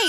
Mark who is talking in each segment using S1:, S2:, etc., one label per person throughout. S1: Hey,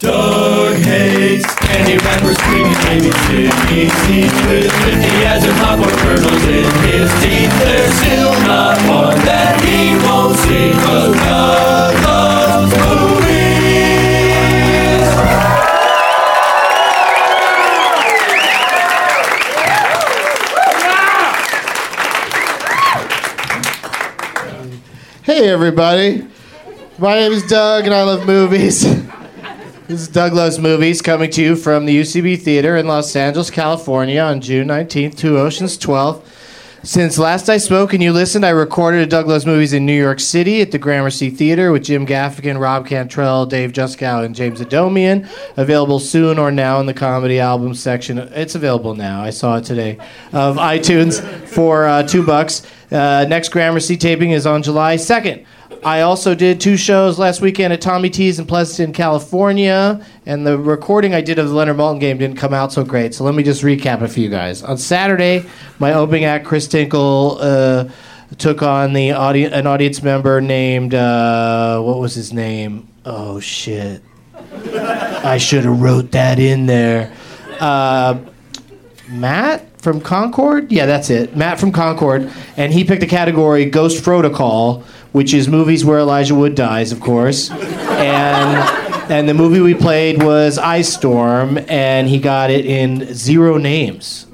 S2: Doug hates any rappers screaming baby titties. He's good, but he hasn't popped one kernels in his teeth. There's still not one that he won't see. 'cause Doug loves movies.
S3: Hey, everybody. My name is Doug, and I love movies. this is Doug Loves Movies coming to you from the UCB Theater in Los Angeles, California on June 19th to Ocean's 12th. Since last I spoke and you listened, I recorded at Doug Loves Movies in New York City at the Gramercy Theater with Jim Gaffigan, Rob Cantrell, Dave Juskow, and James Adomian. Available soon or now in the comedy album section. It's available now. I saw it today of iTunes for uh, two bucks. Uh, next Gramercy taping is on July 2nd. I also did two shows last weekend at Tommy T's in Pleasanton, California, and the recording I did of the Leonard Malton game didn't come out so great. So let me just recap it for you guys. On Saturday, my opening act, Chris Tinkle, uh, took on the audi- an audience member named uh, what was his name? Oh shit! I should have wrote that in there. Uh, Matt from Concord? Yeah, that's it. Matt from Concord. And he picked the category Ghost Protocol, which is movies where Elijah Wood dies, of course. and and the movie we played was Ice Storm, and he got it in zero names.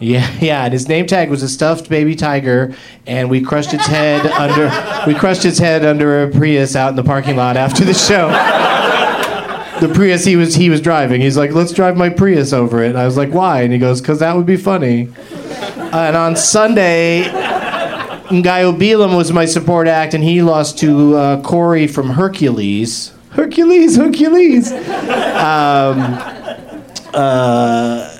S3: Yeah, yeah, and his name tag was a stuffed baby tiger, and we crushed its head under we crushed its head under a Prius out in the parking lot after the show the Prius he was he was driving. He's like, let's drive my Prius over it. And I was like, why? And he goes, because that would be funny. Uh, and on Sunday, Ngayo Belem was my support act, and he lost to uh, Corey from Hercules. Hercules, Hercules. um, uh,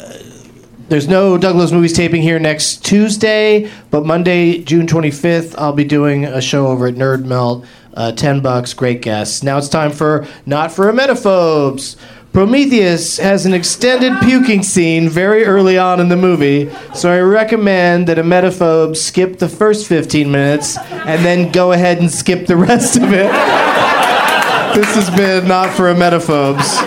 S3: there's no Douglas Movies taping here next Tuesday, but Monday, June 25th, I'll be doing a show over at Nerd Melt. Uh, 10 bucks, great guests. Now it's time for Not for Emetophobes. Prometheus has an extended puking scene very early on in the movie, so I recommend that a metaphobe skip the first 15 minutes and then go ahead and skip the rest of it. this has been Not for a Metaphobes.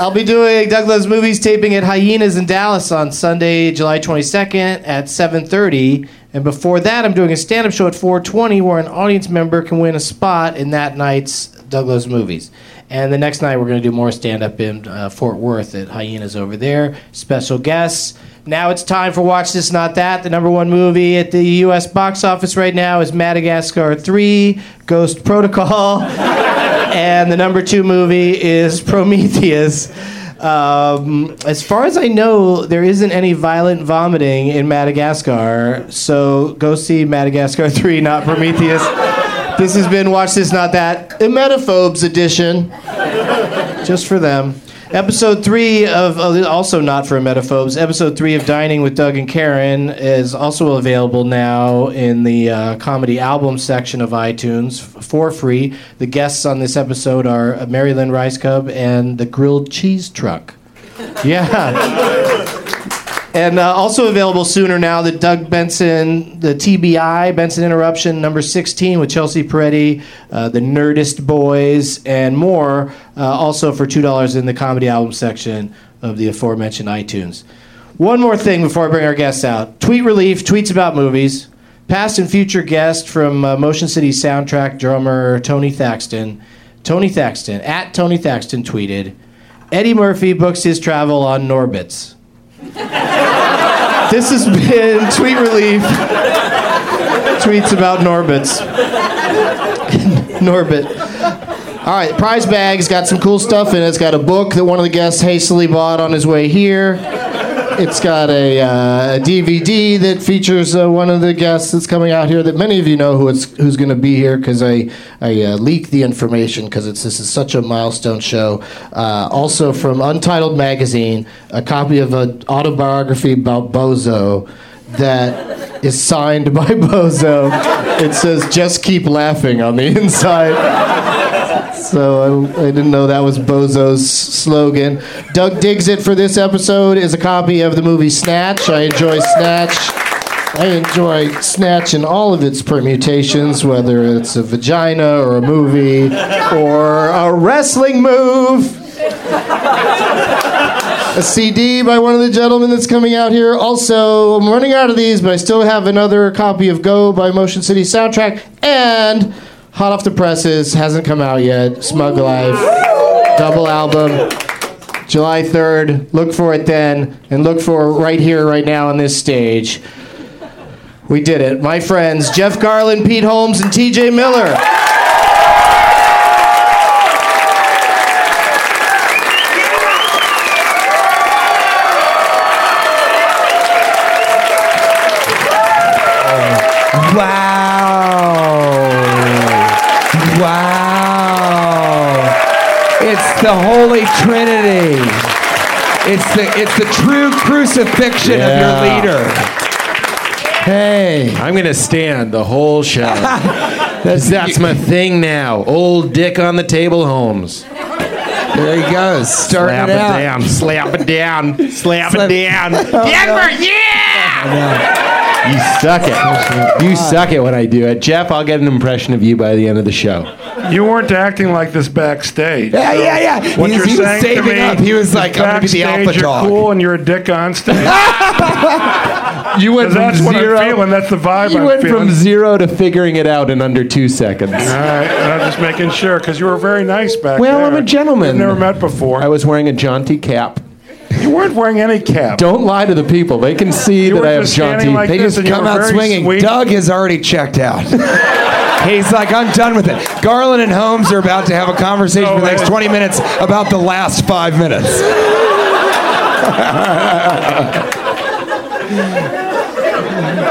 S3: I'll be doing Douglas Movies taping at Hyenas in Dallas on Sunday, July 22nd at 7:30. And before that, I'm doing a stand-up show at 4:20 where an audience member can win a spot in that night's Douglas Movies. And the next night, we're going to do more stand-up in uh, Fort Worth at Hyenas over there. Special guests. Now it's time for Watch This Not That. The number one movie at the U.S. box office right now is Madagascar 3: Ghost Protocol. and the number two movie is Prometheus. Um, as far as I know, there isn't any violent vomiting in Madagascar, so go see Madagascar 3, not Prometheus. this has been Watch This, Not That, Emetophobes edition, just for them. Episode three of uh, also not for emetophobes. Episode three of Dining with Doug and Karen is also available now in the uh, comedy album section of iTunes f- for free. The guests on this episode are uh, Mary Lynn Rice Cub and the Grilled Cheese Truck. Yeah. And uh, also available sooner now, the Doug Benson, the TBI, Benson Interruption, number 16 with Chelsea Peretti, uh, the Nerdist Boys, and more, uh, also for $2 in the comedy album section of the aforementioned iTunes. One more thing before I bring our guests out Tweet Relief, tweets about movies. Past and future guest from uh, Motion City soundtrack drummer Tony Thaxton. Tony Thaxton, at Tony Thaxton, tweeted Eddie Murphy books his travel on Norbits. This has been Tweet Relief. Tweets about Norbits. Norbit. All right, prize bag's got some cool stuff in it. It's got a book that one of the guests hastily bought on his way here. It's got a uh, DVD that features uh, one of the guests that's coming out here. That many of you know who it's who's going to be here because I I uh, leak the information because it's this is such a milestone show. Uh, also from Untitled magazine, a copy of an autobiography about Bozo that is signed by Bozo. It says "Just keep laughing" on the inside. So I, I didn't know that was Bozo's slogan. Doug digs it for this episode is a copy of the movie Snatch. I enjoy Snatch. I enjoy Snatch in all of its permutations, whether it's a vagina or a movie or a wrestling move a CD by one of the gentlemen that's coming out here. Also, I'm running out of these, but I still have another copy of Go by Motion City Soundtrack. And hot off the presses, hasn't come out yet. Smug Life, double album, July 3rd. Look for it then, and look for it right here, right now on this stage. We did it. My friends, Jeff Garland, Pete Holmes, and TJ Miller.
S4: Wow. Wow. It's the Holy Trinity. It's the it's the true crucifixion
S3: Yeah.
S4: of your leader.
S3: Hey.
S5: I'm gonna stand the whole show. that's that's my thing now. Old dick on the table, Holmes.
S4: There you go. Starting
S5: Slap
S4: it
S5: it
S4: out.
S5: down, slap it down, slap
S4: Slap-
S5: it Oh, down. Denver, yeah! You suck it. You suck it when I do it, Jeff. I'll get an impression of you by the end of the show.
S6: You weren't acting like this backstage.
S4: Yeah, yeah, yeah.
S6: What
S4: He-
S6: you're
S4: he was
S6: saying to
S4: saving
S6: me,
S4: up. He was like, I'm gonna be the alpha
S6: backstage, you're
S4: dog.
S6: cool and you're a dick on stage.
S5: You went
S6: 'Cause that's
S5: from
S6: what
S5: zero.
S6: I'm feeling. That's the vibe
S5: you
S6: I'm
S5: went
S6: feeling.
S5: from zero to figuring it out in under two seconds.
S6: All right, I'm just making sure because you were very nice back
S5: Well,
S6: there.
S5: I'm a gentleman.
S6: We've never met before.
S5: I was wearing a jaunty cap.
S6: you weren't wearing any cap.
S5: Don't lie to the people. They can see
S6: You
S5: that
S6: were
S5: I have
S6: just
S5: jaunty.
S6: standing like
S5: they
S6: this
S5: just
S6: and you
S5: come
S6: were
S5: out
S6: very
S5: swinging.
S6: sweet.
S4: Doug has already checked out. He's like, I'm done with it. Garland and Holmes are about to have a conversation for the next 20 minutes about the last five minutes.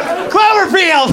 S4: Cloverfield!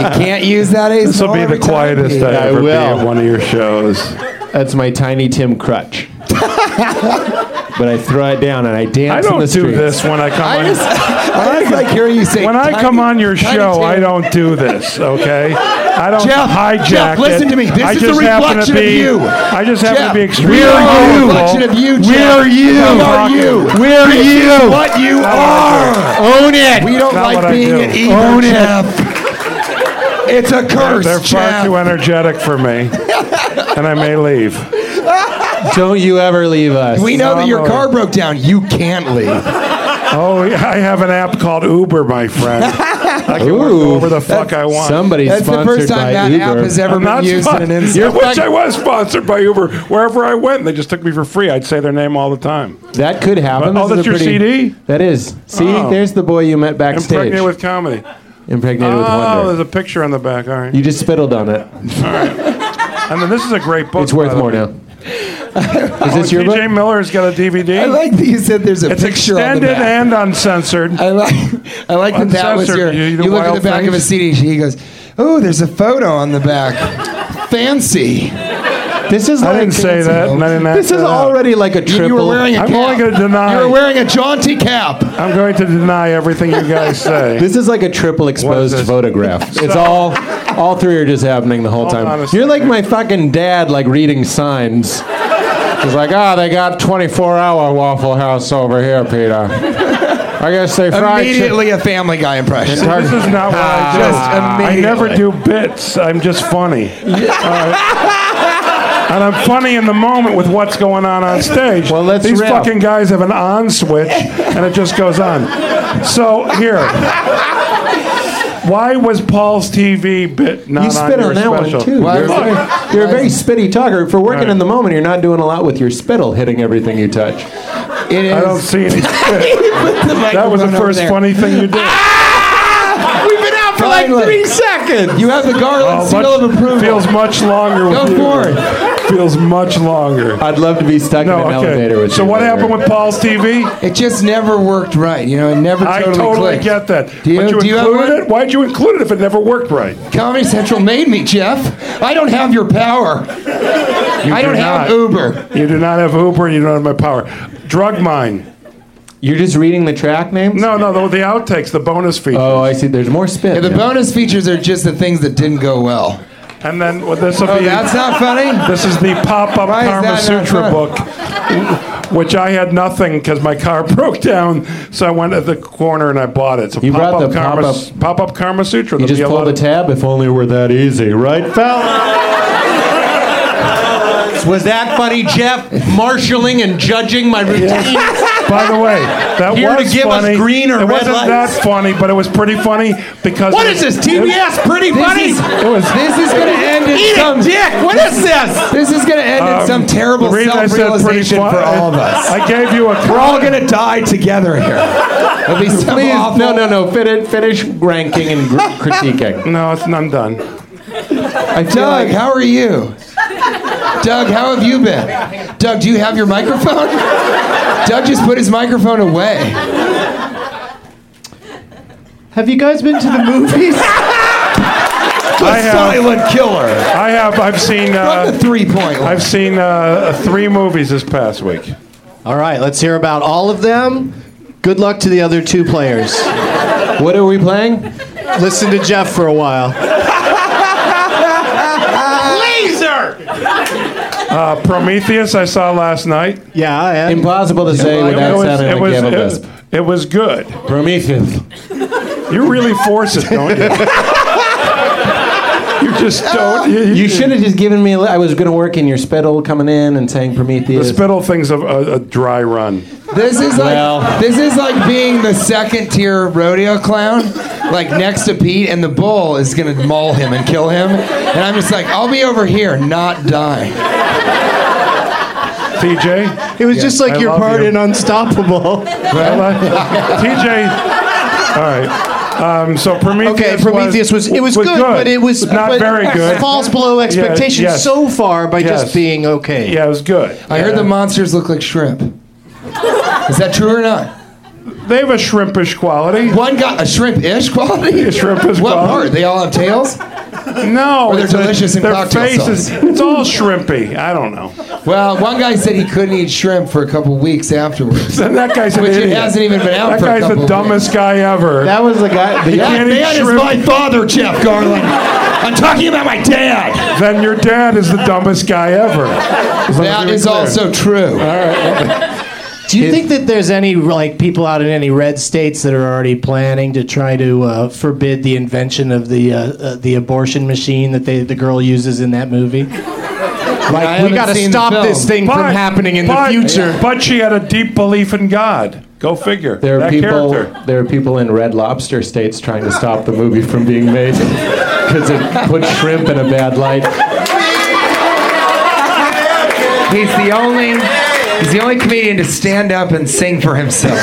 S4: you can't use that ace.
S6: This will be
S4: Every
S6: the
S4: time.
S6: quietest I
S5: I
S6: ever be
S5: will.
S6: at one of your shows.
S5: That's my Tiny Tim crutch.
S3: but I throw it down and I dance
S6: I
S3: in
S6: don't
S3: the
S6: do
S3: streets.
S6: this when I come
S7: I
S6: on.
S7: just, I just like hearing you say.
S6: when I
S7: tiny-
S6: come on your
S7: tiny
S6: show,
S7: Tim.
S6: I don't do this, okay? I don't
S7: Jeff,
S6: hijack
S7: Jeff,
S6: it.
S7: listen to me. This
S6: I
S7: is a
S6: just happen
S7: reflection
S6: to
S7: of
S6: be,
S7: you.
S6: I just happen
S7: Jeff,
S6: to be extremely
S7: we are
S6: vulnerable.
S7: you. Reflection of you, Jeff.
S6: We are you.
S7: We are you.
S6: We are
S7: This
S6: you.
S7: is what you
S6: Not
S7: are.
S3: Own it.
S7: We don't
S6: Not what
S7: like
S6: I
S7: being
S6: do.
S7: an either,
S3: Own it.
S7: Jeff. It's a curse,
S6: They're far
S7: Jeff.
S6: too energetic for me, and I may leave.
S3: Don't you ever leave us.
S7: we know that your
S6: No.
S7: car broke down. You can't leave.
S6: Oh, yeah, I have an app called Uber, my friend. I can work
S3: Ooh.
S6: wherever the fuck I want.
S3: Somebody's
S7: That's the
S3: sponsored
S7: first time
S3: by
S7: that
S3: Uber.
S7: app has ever
S6: I'm
S7: been
S6: not
S7: used
S6: spon-
S7: in an
S6: Yeah,
S7: instant.
S6: which I was sponsored by Uber. Wherever I went, they just took me for free. I'd say their name all the time.
S3: That could happen.
S6: Oh,
S3: This is
S6: that's your
S3: a pretty-
S6: CD?
S3: That is. See,
S6: Oh.
S3: there's the boy you met backstage.
S6: Impregnated with comedy.
S3: Impregnated with
S6: oh,
S3: wonder.
S6: there's a picture on the back. All right.
S3: You just spittled on it.
S6: And then this is a great book.
S3: It's worth
S6: by the
S3: more
S6: way.
S3: now. Is this your
S6: TJ
S3: book?
S6: Miller's got a DVD.
S7: I like that you said there's a
S6: it's
S7: picture on the
S6: extended
S7: back.
S6: and uncensored.
S7: I like, I like that that was your.
S6: Uncensored,
S7: You,
S6: you- the
S7: look at
S6: wild
S7: the back of a
S6: things.
S7: CD. He goes, "Oh, there's a photo on the back. Fancy."
S3: This is
S6: I
S3: like
S6: didn't say that, and I didn't ask
S3: This is
S6: that out.
S3: already like a triple.
S7: You were wearing a
S6: I'm
S7: cap.
S6: only gonna deny-
S7: You were wearing a jaunty cap.
S6: I'm going to deny everything you guys say.
S3: This is like a triple exposed
S6: this?
S3: photograph. It's all, all three are just happening the whole
S6: Hold
S3: time.
S6: on a second.
S3: You're like my fucking dad, like reading signs. He's like, ah, they got 24-hour Waffle House over here, Peter. I guess they fried chick-
S7: Immediately a Family Guy impression.
S6: this is not what I do.
S7: Ah. Just
S6: I never do
S7: immediately.
S6: bits. I'm just funny. Uh, and I'm funny in the moment with what's going on on stage.
S3: Well, let's
S6: These
S3: riff.
S6: fucking guys have an on switch, and it just goes on. So here. Why was Paul's TV bit not
S3: You spit on,
S6: your
S3: that
S6: special?
S3: one too.
S7: Why
S3: you're,
S7: is
S3: a very, you're a very spitty talker. For working in the moment, you're not doing a lot with your spittle hitting everything you touch.
S7: It is.
S6: I don't see any spit.
S7: that
S6: That was the first funny thing you did.
S3: Ah!
S7: We've been out for like
S3: Finally.
S7: three seconds. You have the Garland
S6: Oh,
S7: seal
S6: much-
S7: of approval.
S6: Feels much longer.
S7: Go
S6: with you.
S7: for
S6: Feels much longer.
S3: I'd love to be stuck
S6: No,
S3: in an elevator
S6: okay.
S3: with
S6: So
S3: you
S6: what
S3: later.
S6: happened with Paul's TV?
S7: it just never worked right. You know, it never
S6: I
S7: totally,
S6: totally
S7: clicked.
S6: get that.
S7: Do you-
S6: but you
S7: do you have
S6: included
S7: one?
S6: it? Why'd you include it if it never worked right?
S7: Comedy Central made me, Jeff. I don't have your power. I
S6: do
S7: don't have
S6: not.
S7: Uber.
S6: You do not have Uber and you don't have my power. Drug Mine.
S3: You're just reading the track names?
S6: No, no, the, the outtakes, the bonus feature.
S3: Oh, I see. There's more spit.
S7: Yeah, the
S3: now.
S7: bonus features are just the things that didn't go well.
S6: And then well, this will
S7: Oh,
S6: be.
S7: that's not funny.
S6: this is the pop up
S7: Why is that
S6: Karma
S7: not
S6: Sutra
S7: fun?
S6: book, which I had nothing because my car broke down. So I went to the corner and I bought it. So
S3: You brought
S6: pop-up
S3: the
S6: Karma,
S3: pop-up-
S6: pop up Karma Sutra.
S3: You
S6: There'll
S3: just
S6: be a
S3: pull
S6: lot
S3: the
S6: of-
S3: tab if only it were that easy, right, fella?
S8: Was that funny, Jeff? Marshalling and judging my routine.
S6: By the way, that
S8: Here to
S6: was
S8: give us
S6: funny.
S8: green or
S6: it
S8: red
S6: wasn't
S8: lights.
S6: that funny, but it was pretty funny because
S8: What
S6: it-
S8: is this? TBS pretty
S7: This
S8: funny.
S7: is,
S6: It was-
S7: this is going to end in
S8: Eat
S7: some
S8: it, Dick. What is this?
S7: This is going to end in
S6: Um,
S7: some terrible
S6: the reason I said pretty
S7: self-realization
S6: fu-
S7: for all of us.
S6: I gave you a.
S7: We're all going to die together here. It'll be some
S3: Please,
S7: awful-
S3: no, no, no. Fit it, finish ranking and gr- critiquing.
S6: No, it's I'm done.
S3: I feel
S7: Doug,
S3: like-
S7: how are you? Doug, how have you been? Doug, do you have your microphone? Doug just put his microphone away.
S3: have you guys been to the movies?
S6: I have.
S7: killer.
S6: I have. I've seen.
S7: From
S6: Uh,
S7: the three-point line.
S6: I've seen uh, three movies this past week.
S9: All right, let's hear about all of them. Good luck to the other two players.
S3: what are we playing?
S9: Listen to Jeff for a while.
S6: Uh, Prometheus I saw last night.
S9: Yeah, and
S3: Impossible to say
S6: it
S3: without
S6: was.
S3: sounding
S6: It
S3: like
S6: was,
S3: you have a
S6: it-
S3: lisp.
S6: it was good.
S3: Prometheus.
S6: You really force it, don't you? you just don't. You,
S3: You should have just given me. A li- I was going to work in your spittle coming in and saying
S6: The
S3: Prometheus.
S6: spittle thing's a, a, a dry run.
S7: This is like
S3: Well.
S7: this is like being the second tier rodeo clown, like next to Pete, and the bull is gonna maul him and kill him, and I'm just like, I'll be over here, not dying.
S6: TJ.
S9: It was just like
S6: I
S9: your
S6: love
S9: part
S6: you.
S9: in Unstoppable.
S6: I like- TJ. All right. Um, so Prometheus.
S9: Okay, Prometheus was, it was, good, but it was
S6: not
S9: but
S6: very good.
S9: Falls below expectations
S6: yes.
S9: so far by
S6: Yes.
S9: just being okay.
S6: Yeah, it was good.
S7: I heard the monsters look like shrimp. Is that true or not?
S6: They have a shrimpish quality.
S7: One got a shrimp-ish quality.
S6: A shrimp-ish
S7: what
S6: quality.
S7: part? They all have tails.
S6: No,
S7: Or they're
S6: it's a-
S7: delicious in
S6: their
S7: cocktail
S6: faces.
S7: sauce.
S6: It's all shrimpy. I don't know.
S7: Well, one guy said he couldn't eat shrimp for a couple weeks afterwards.
S6: And that guy's an
S7: Which it
S6: idiot.
S7: hasn't even been out
S6: That
S7: for a
S6: guy's
S7: couple
S6: the
S7: of
S6: dumbest guy ever.
S5: That was the guy. The,
S6: He
S5: guy-
S6: can't eat
S10: That is
S6: shrimp.
S10: my father, Jeff Garland. I'm talking about my dad.
S6: then your dad is the dumbest guy ever.
S7: That is also true.
S5: Do you think that there's any like people out in any red states that are already planning to try to uh, forbid the invention of the uh, uh, the abortion machine that they, the girl uses in that movie? Like we
S7: haven't
S5: got to
S7: seen the
S5: stop
S7: film.
S5: this thing from happening in
S6: but-
S5: the future.
S6: But she had a deep belief in God. Go figure.
S3: There are
S6: that
S3: people.
S6: character.
S3: There are people in Red Lobster states trying to stop the movie from being made because it puts shrimp in a bad light.
S7: He's the only he's the only comedian to stand up and sing for himself.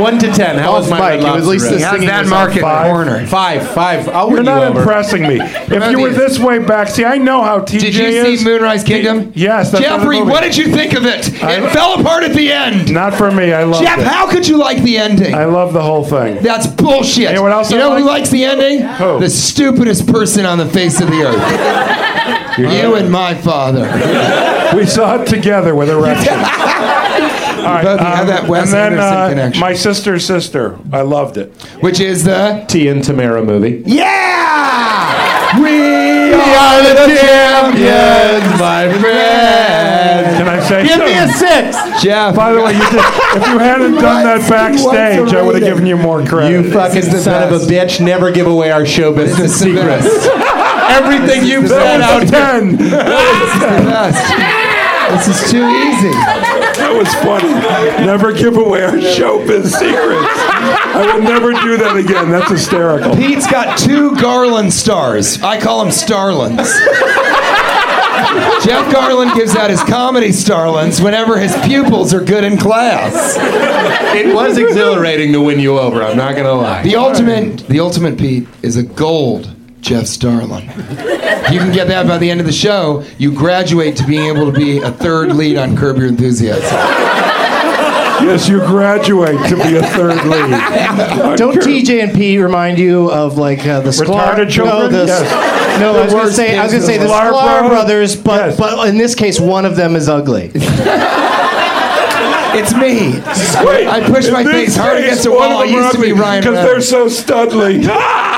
S3: One to ten. How
S5: Off
S3: was my Red
S5: mic, it was at
S3: Lobster
S5: least
S3: rep?
S5: the
S7: How's
S5: singing
S7: that
S5: was
S7: market
S6: five.
S7: corner?
S3: Five, five. I'll win
S6: You're not
S3: you over.
S6: impressing me. If you were this way back, see, I know how TJ
S7: Did you see
S6: is.
S7: Moonrise Kingdom?
S6: Yes, that's another
S7: Jeffrey,
S6: movie.
S7: what did you think of it? It
S6: I-
S7: fell apart at the end.
S6: Not for me. I love
S7: Jeff,
S6: it.
S7: how could you like the ending?
S6: I love the whole thing.
S7: That's bullshit.
S6: Anyone else
S7: you know
S6: I
S7: who
S6: like?
S7: likes the ending?
S6: Who?
S7: The stupidest person on the face of the earth. you and my father.
S6: We saw it together with erection. All right, um,
S7: both have that Wes
S6: and then uh,
S7: Anderson connection.
S6: my sister's sister, I loved it.
S7: Which is the
S3: T and Tamara movie.
S7: Yeah! We are the champions, my friend.
S6: Can I say?
S5: Give me a
S6: something?
S5: six.
S7: Jeff,
S6: By the way, you did, if you hadn't done that backstage, I would have given you more credit.
S3: You fucking
S7: the
S3: son
S7: best.
S3: of a bitch! Never give away our show business
S7: is the best.
S3: secrets. Everything you've said
S6: that
S3: out
S6: was a
S3: here.
S6: ten.
S7: this is too easy.
S6: That was funny. Never give away our showbiz secrets. I will never do that again. That's hysterical.
S7: Pete's got two Garland stars. I call them Starlins. Jeff Garland gives out his comedy starlins whenever his pupils are good in class.
S3: It was exhilarating to win you over. I'm not gonna lie.
S7: The ultimate, the ultimate Pete is a gold Jeff Starlin. You can get that by the end of the show. You graduate to being able to be a third lead on Curb Your Enthusiasm.
S6: Yes, you graduate to be a third lead.
S5: Don't
S6: Sure.
S5: TJ and P remind you of like uh, the Sklar?
S6: Retarded children?
S5: No, the,
S6: Yes.
S5: no I was gonna
S6: worst
S5: say I was
S6: cases.
S5: gonna say the
S6: Sklar
S5: Sklar,
S6: brothers?
S5: brothers, but
S6: Yes.
S5: but in this case, one of them is ugly.
S7: It's me.
S6: Wait,
S7: I pushed my
S6: in
S7: face
S6: this
S7: hard
S6: case,
S7: against a
S6: one
S7: wall.
S6: of
S7: I
S6: them
S7: used to be
S6: robbed me
S7: Ryan
S6: Because they're
S7: Reynolds.
S6: so studly. Ah!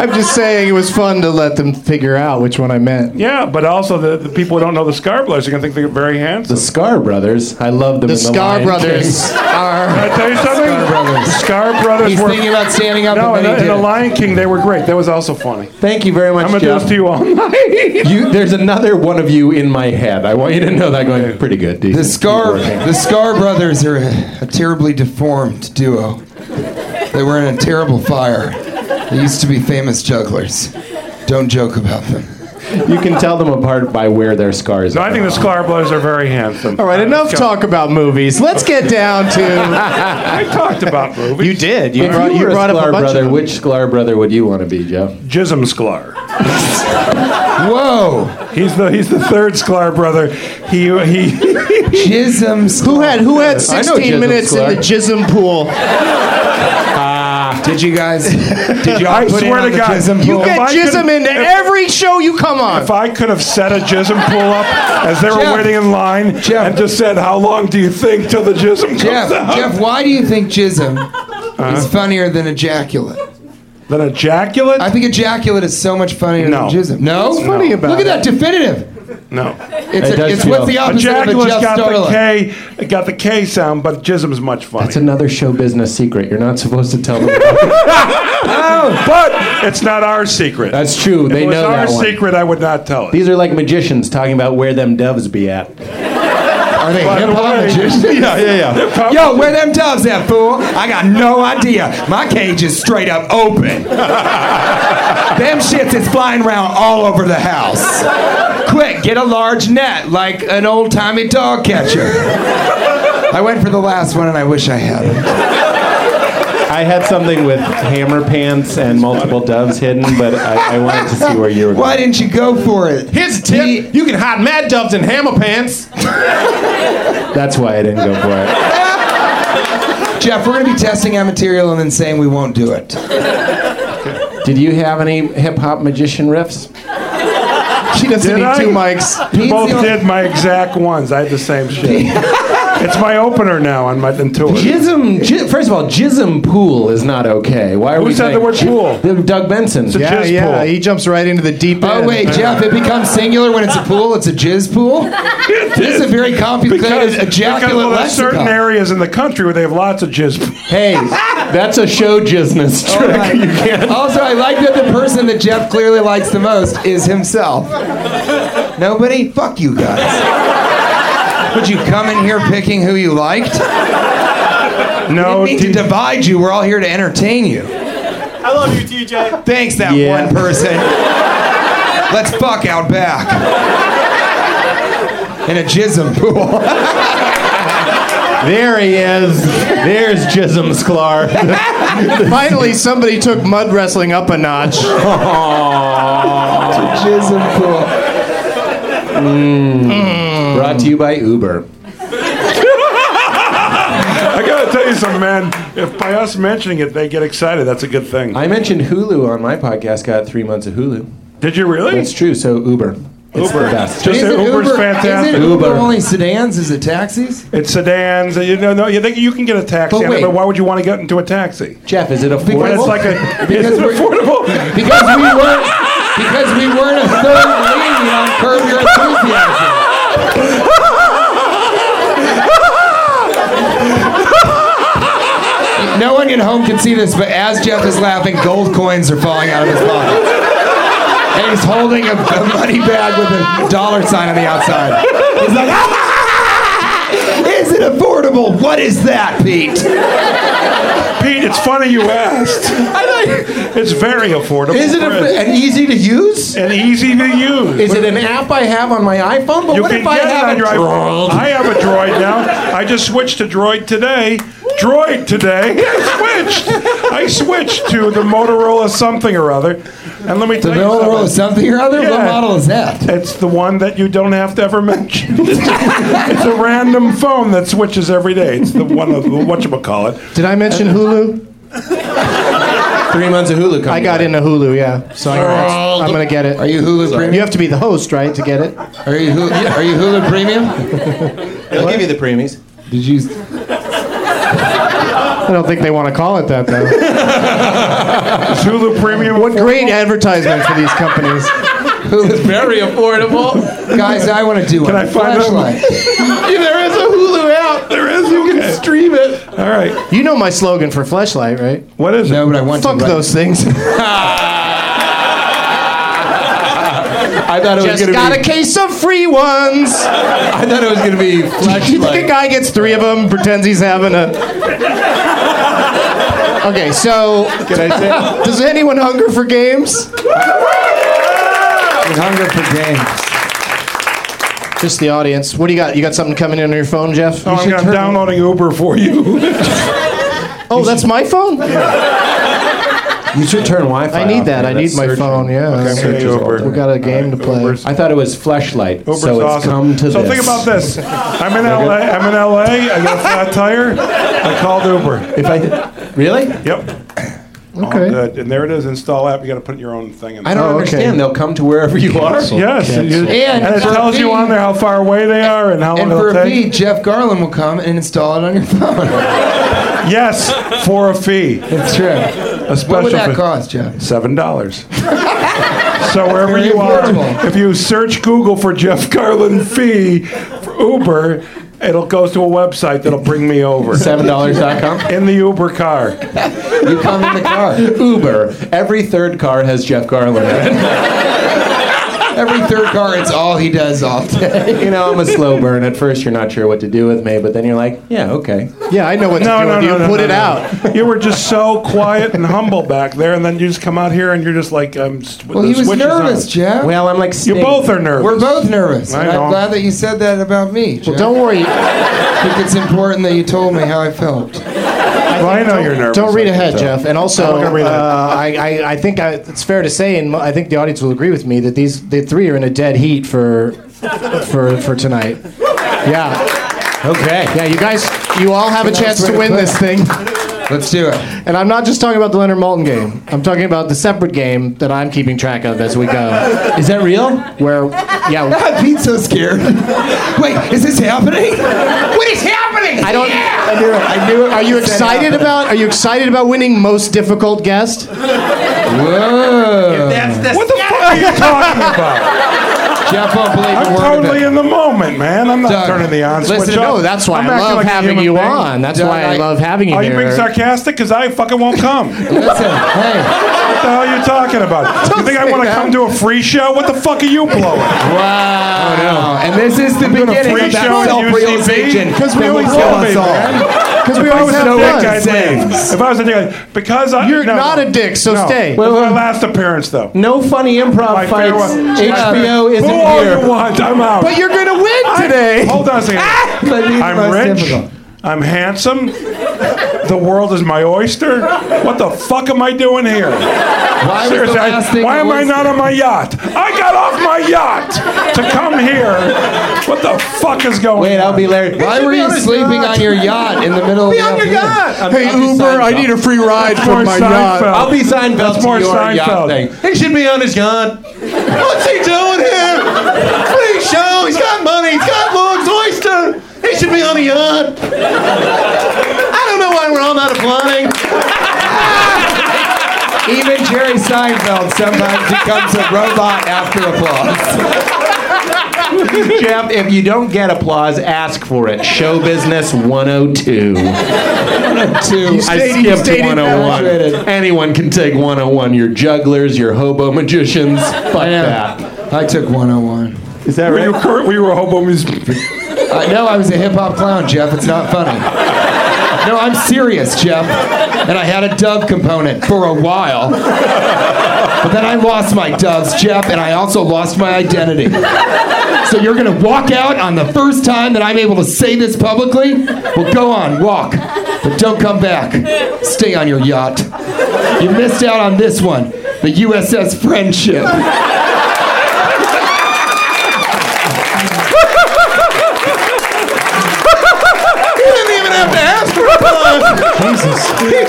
S5: I'm just saying it was fun to let them figure out which one I meant.
S6: yeah, but also the, the people who don't know the Scar Brothers are going to think they're very handsome.
S3: The Scar Brothers. I love them.
S5: The
S3: in the
S5: Scar
S3: Lion
S5: brothers
S3: King.
S5: are.
S6: Can I tell you something?
S7: Scar Brothers.
S6: The Scar Brothers
S7: He's
S6: were.
S7: thinking about standing up
S6: no,
S7: and
S6: in
S7: then
S6: the,
S7: he
S6: in
S7: did
S6: the
S7: it.
S6: Lion King, they were great. That was also funny.
S3: Thank you very much,
S6: I'm going to do
S3: Jeff.
S6: this to you all night.
S3: You- there's another one of you in my head. I want you to know that. Going pretty good. Decent,
S7: The Scar,
S3: keep working."
S7: the Scar brothers are a, a terribly deformed duo. They were in a terrible fire. They used to be famous jugglers. Don't joke about them.
S3: You can tell them apart by where their scars.
S6: No,
S3: are.
S6: I think the Scar Brothers are very handsome.
S5: All right, enough
S6: let's go.
S5: talk about movies. Let's get down to.
S6: I talked about movies.
S5: You did. You
S3: If
S5: brought,
S3: you,
S5: you
S3: were
S5: brought
S3: a
S5: up
S3: Sklar
S5: a bunch
S3: brother,
S5: of
S3: which Sklar brother would you want to be, Jeff?
S6: Jism Sklar.
S7: Whoa!
S6: He's the he's the third Sklar brother. He he.
S7: Jisms.
S5: Who had who had
S3: I know
S5: 16
S3: Jism
S5: minutes
S3: Sklar. Ah.
S5: in the jism pool?
S7: Did you guys? Did you
S6: I
S7: put in
S6: swear
S7: on
S6: to
S7: the
S6: God,
S7: jism
S6: you
S7: pool?
S3: Oh,
S6: If
S5: Get
S6: I
S5: jism
S6: could-
S5: into
S6: if-
S5: every show you come on.
S6: If I could have set a jism pull up as they were
S7: Jeff.
S6: waiting in line
S7: Jeff.
S6: and just said, "How long do you think till the Uh-huh. jism comes
S7: Jeff,
S6: out?"
S7: Jeff, why do you think jism is funnier than ejaculate?
S6: Then ejaculate?
S7: I think ejaculate is so much funnier
S6: No.
S7: than jism. No,
S5: What's funny
S7: No.
S5: about
S7: Look at that
S5: it?
S7: definitive.
S6: no.
S7: It's,
S3: It
S7: a,
S3: does
S7: it's what's
S3: feel-
S7: the opposite of a
S6: Ejaculate's
S7: Jeff
S6: got
S7: Starlin.
S6: the K, got the K sound, but jism's much
S3: That's
S6: funnier.
S3: another show business secret. You're not supposed to tell them.
S6: but it's not our secret.
S3: That's true.
S6: If
S3: They
S6: it was
S3: know
S6: our
S3: that one.
S6: secret. I would not tell it.
S3: These are like magicians talking about where them doves be at.
S7: Are they
S6: By the
S7: hip hop
S6: way-
S7: magicians?
S5: Uh,
S6: yeah, yeah, yeah.
S7: Yo, where them doves at, fool? I got no idea. My cage is straight up open. them shits is flying around all over the house. Quick, get a large net like an old timey dog catcher. I went for the last one and I wish I had it.
S3: I had something with hammer pants and multiple doves hidden, but I, I wanted to see where you were.
S7: Why
S3: Going.
S7: didn't you go for it?
S3: Here's a tip: you can hide mad doves in hammer pants. That's why I didn't go for it.
S7: Jeff, we're gonna be testing our material and then saying we won't do it.
S3: Did you have any hip hop magician riffs? She doesn't
S6: Did
S3: need
S6: I?
S3: two mics.
S6: You both did my exact ones. I had the same shit. it's my opener now on my on tour.
S7: Jism, ji- first of all, jism pool is not okay. Why are
S6: Who
S7: we
S6: said the
S7: saying-
S6: word pool?
S7: Doug Benson.
S6: It's a
S3: Yeah,
S6: jizz
S3: yeah.
S6: pool.
S3: He jumps right into the deep end.
S7: Oh wait, Jeff, it becomes singular when it's a pool. It's a jizz pool. This is a very complicated
S6: Because, because
S7: ejaculate
S6: well, there's
S7: lexicon.
S6: certain areas in the country where they have lots of jizz pools.
S7: Hey, that's a show jizzness trick. You can't. Also, I like that the person that Jeff clearly likes the most is himself. Nobody, fuck you guys. Would you come in here picking who you liked?
S6: No,
S7: We need to
S6: D-
S7: divide you. We're all here to entertain you. I love you, TJ. Thanks, that
S3: Yeah.
S7: one person. Let's fuck out back. In a jism pool.
S3: There he is. There's Jism's Clark. Finally, somebody took mud wrestling up a notch.
S7: jism pool. Brought to you by Uber.
S6: I gotta tell you something, man. If by us mentioning it, they get excited, that's a good thing.
S7: I mentioned Hulu on my podcast. Got three months of Hulu.
S6: Did you really?
S7: That's true. So Uber. It's
S6: Uber.
S7: the best.
S6: Just say Uber's fantastic.
S7: Uber. Uber
S4: only sedans? Is it taxis?
S6: It's sedans. You know, no, you think you can get a taxi,
S7: But
S6: but,
S7: wait.
S6: but why would you want to get into a taxi? Oh,
S7: Jeff, is it affordable?
S6: When it's like a,
S7: Because
S6: it's
S7: we're-
S6: affordable.
S7: because we weren't because we weren't a third lead on Curb Your Enthusiasm. No one at home can see this, but as Jeff is laughing, gold coins are falling out of his pocket. And he's holding a, a money bag with a dollar sign on the outside. He's like, "Ah! is it affordable? What is that, Pete?
S6: Pete, it's funny you asked. It's very affordable.
S7: Is it
S6: Chris.
S7: a, and easy to use?
S6: and easy to use?
S7: Is it an app I have on my iPhone? But
S6: you
S7: what
S6: can
S7: if I
S6: get it
S7: have
S6: on
S7: a
S6: your iPhone.
S7: Droid?
S6: I have a droid now. I just switched to droid today. Droid today. I switched. I switched to the Motorola something or other. And let me
S7: The
S6: tell you
S7: Motorola
S6: something.
S7: something or other? What
S6: Yeah.
S7: model is that?
S6: It's the one that you don't have to ever mention. it's a random phone that switches every day. It's the one of what you call it.
S3: Did I mention Hulu?
S7: Three months of Hulu.
S3: I got into Hulu, yeah. So I'm gonna, I'm gonna get it.
S7: Are you Hulu
S3: You
S7: premium?
S3: have to be the host, right, to get it?
S7: Are you Hulu, yeah, are you Hulu premium? They'll give you the preemies. Did you?
S3: I don't think they want to call it that though.
S6: Hulu Premium.
S3: What great advertisement for these companies.
S7: Hulu's very affordable. Guys, I want to do
S6: Can
S7: one.
S6: I find out?
S7: Flashlight. there is a Hulu app.
S6: There is. You can
S7: Stream it.
S6: All right.
S3: You know my slogan for Fleshlight, right?
S6: What is it?
S7: No, but I want
S3: Fuck
S7: to. right-
S3: those things.
S7: I thought it was
S3: Just
S7: gonna
S3: got
S7: be.
S3: a case of free ones.
S7: I thought it was gonna
S3: Do
S7: be
S3: you think a
S7: flashlight.
S3: guy gets three of them, pretends he's having a? Okay, so
S7: Can I say?
S3: does anyone hunger for games?
S7: Hunger for games.
S3: Just the audience. What do you got? You got something coming in on your phone, Jeff?
S6: Oh,
S3: You
S6: I'm,
S3: should
S6: gonna- I'm
S3: turn-
S6: downloading Uber for you.
S3: Oh, that's my phone.
S7: You should turn Wi-Fi.
S3: I need
S7: off,
S3: that.
S7: man.
S3: I need
S7: That's
S3: my
S7: searching.
S3: phone. Yeah.
S6: Okay, I'm gonna Uber.
S3: We got a game to play.
S6: Uber's-
S7: I thought it was flashlight.
S6: Uber's
S7: so it's
S6: awesome.
S7: come to
S6: so
S7: this.
S6: think about this. I'm in LA. I'm in LA. I got a flat tire. I called Uber.
S7: If I really,
S6: Yep. All
S3: Okay.
S6: good. And there it is. Install app. You got to put your own thing in.
S7: I don't
S3: Oh, okay.
S7: understand. They'll come to wherever you are.
S6: Yes. you-
S7: And
S6: and, it
S7: for
S6: tells you
S7: me-
S6: on there how far away they are and how long
S7: And
S6: it'll
S7: for a
S6: take.
S7: fee, Jeff Garland will come and install it on your phone.
S6: Yes, for a fee.
S7: That's true.
S6: A special
S7: What would that
S6: fee.
S7: cost, Jeff?
S6: Seven dollars. so wherever
S7: Very
S6: you are,
S7: affordable.
S6: if you search Google for Jeff Garland fee for Uber, it'll go to a website that'll bring me over
S7: $7.com.
S6: in the Uber car.
S7: You come in the car. Uber. Every third car has Jeff Garland in it. Every third car, it's all he does all day. You know, I'm a slow burn. At first, you're not sure what to do with me, but then you're like, yeah, okay.
S3: Yeah, I know what to
S6: No,
S3: do.
S6: no,
S3: with
S6: no,
S3: you
S6: no,
S3: put
S6: no,
S3: it
S6: no.
S3: out.
S6: You were just so quiet and humble back there, and then you just come out here and you're just like, um,
S7: Well, he was nervous, Jeff. Well, I'm like,
S6: You both are nervous.
S7: We're both nervous.
S6: I
S7: and
S6: know.
S7: I'm glad that you said that about me. Jeff.
S3: Well, don't worry.
S7: I think it's important that you told me how I felt.
S6: Well, I know you're nervous.
S3: Don't read
S6: I can
S3: ahead,
S6: tell.
S3: Jeff. And also,
S6: I'm not gonna read
S3: uh,
S6: ahead.
S3: I, I, I think I, it's fair to say, and I think the audience will agree with me that these the three are in a dead heat for for for tonight. Yeah,
S7: Okay.
S3: yeah. You guys, you all have a
S7: Nice
S3: chance
S7: way
S3: to
S7: to
S3: win
S7: put
S3: this thing.
S7: Let's do it.
S3: And I'm not just talking about the Leonard Moulton game. I'm talking about the separate game that I'm keeping track of as we go.
S7: Is that real?
S3: Where, yeah,
S7: God, Pete's so scared. Wait, is this happening? What is happening?
S3: I don't. I knew it. I knew it. Are you excited about? Are you excited about winning most difficult guest?
S7: Whoa.
S6: What the fuck are you talking about?
S7: Jeff won't believe a
S6: I'm
S7: word of
S6: totally
S7: it.
S6: in the moment, man. I'm not
S7: Doug,
S6: turning the on
S7: listen
S6: switch
S7: to
S6: off.
S3: No, that's why
S6: I'm
S3: i
S6: acting
S3: love
S6: like a
S3: having
S6: human
S3: you
S6: being.
S3: on. That's
S7: Doug,
S3: why I,
S7: I-
S3: love having oh, you
S6: Are you
S3: here.
S6: being sarcastic? Because I fucking won't come. what
S7: Listen, hey.
S6: the hell are you talking about? you think I
S7: say
S6: want to
S7: that.
S6: come to a free show? What the fuck are you blowing?
S3: Oh,
S7: Wow. And this is the
S6: doing a
S7: beginning
S6: free
S7: of
S6: show
S7: that
S6: at
S7: self-realization.
S6: UCB, 'cause we
S7: that
S6: always
S7: will kill
S6: love
S7: us
S6: it,
S7: all.
S6: man.
S3: Because we always have
S7: so
S6: Dick,
S7: Doug
S6: I'd
S3: fun.
S6: leave.
S7: sings.
S6: If I was a dick, I'd- because I
S3: You're
S6: no,
S3: not
S6: no.
S3: a dick, so
S6: No.
S3: stay.
S6: This is my last appearance, though.
S5: No funny improv
S6: My
S5: fights.
S6: farewell.
S5: HBO isn't
S6: Who all
S5: here.
S6: you want? I'm out.
S3: But you're gonna win
S6: I-
S3: today. Ah!
S6: hold on a second.
S5: but these
S6: I'm
S5: most
S6: rich.
S5: difficult.
S6: I'm handsome. The world is my oyster. What the fuck am I doing here?
S7: Why was the
S6: Seriously, I-
S7: last thing
S6: why
S7: you
S6: am I
S7: listed?
S6: not on my yacht? I got off my yacht to come here. What the fuck is going
S5: Wait,
S6: on?
S5: I'll be Larry.
S7: Why were you sleeping on your yacht in the middle of the afternoon?
S6: Hey,
S7: Uber, I need a free ride
S6: more Seinfeld.
S5: I'll be Seinfeld
S6: That's
S5: to
S6: more
S5: your
S6: Seinfeld.
S5: yacht thing. He should be on his yacht. What's he doing here? Free show. He's got money. He's got Lord's oyster. He should be on a yacht. I don't know why we're all not applying.
S7: Even Jerry Seinfeld sometimes becomes a robot after applause.
S5: Jeff, if you don't get applause, ask for it. Show business 102. 102.
S3: stayed-
S5: I
S3: you
S5: skipped
S3: stayed in
S5: 101. Anyone can take 101. Your jugglers, your hobo magicians. Fuck that.
S7: I took 101.
S5: Is that
S6: Were you, cur- were you a hobo music?
S7: Uh, no, I was a hip hop clown, Jeff. It's not funny. No, I'm serious, Jeff. And I had a dove component for a while. But then I lost my doves, Jeff, and I also lost my identity. So you're going to walk out on the first time that I'm able to say this publicly? Well, go on, walk. But don't come back. Stay on your yacht. You missed out on this one the USS Friendship.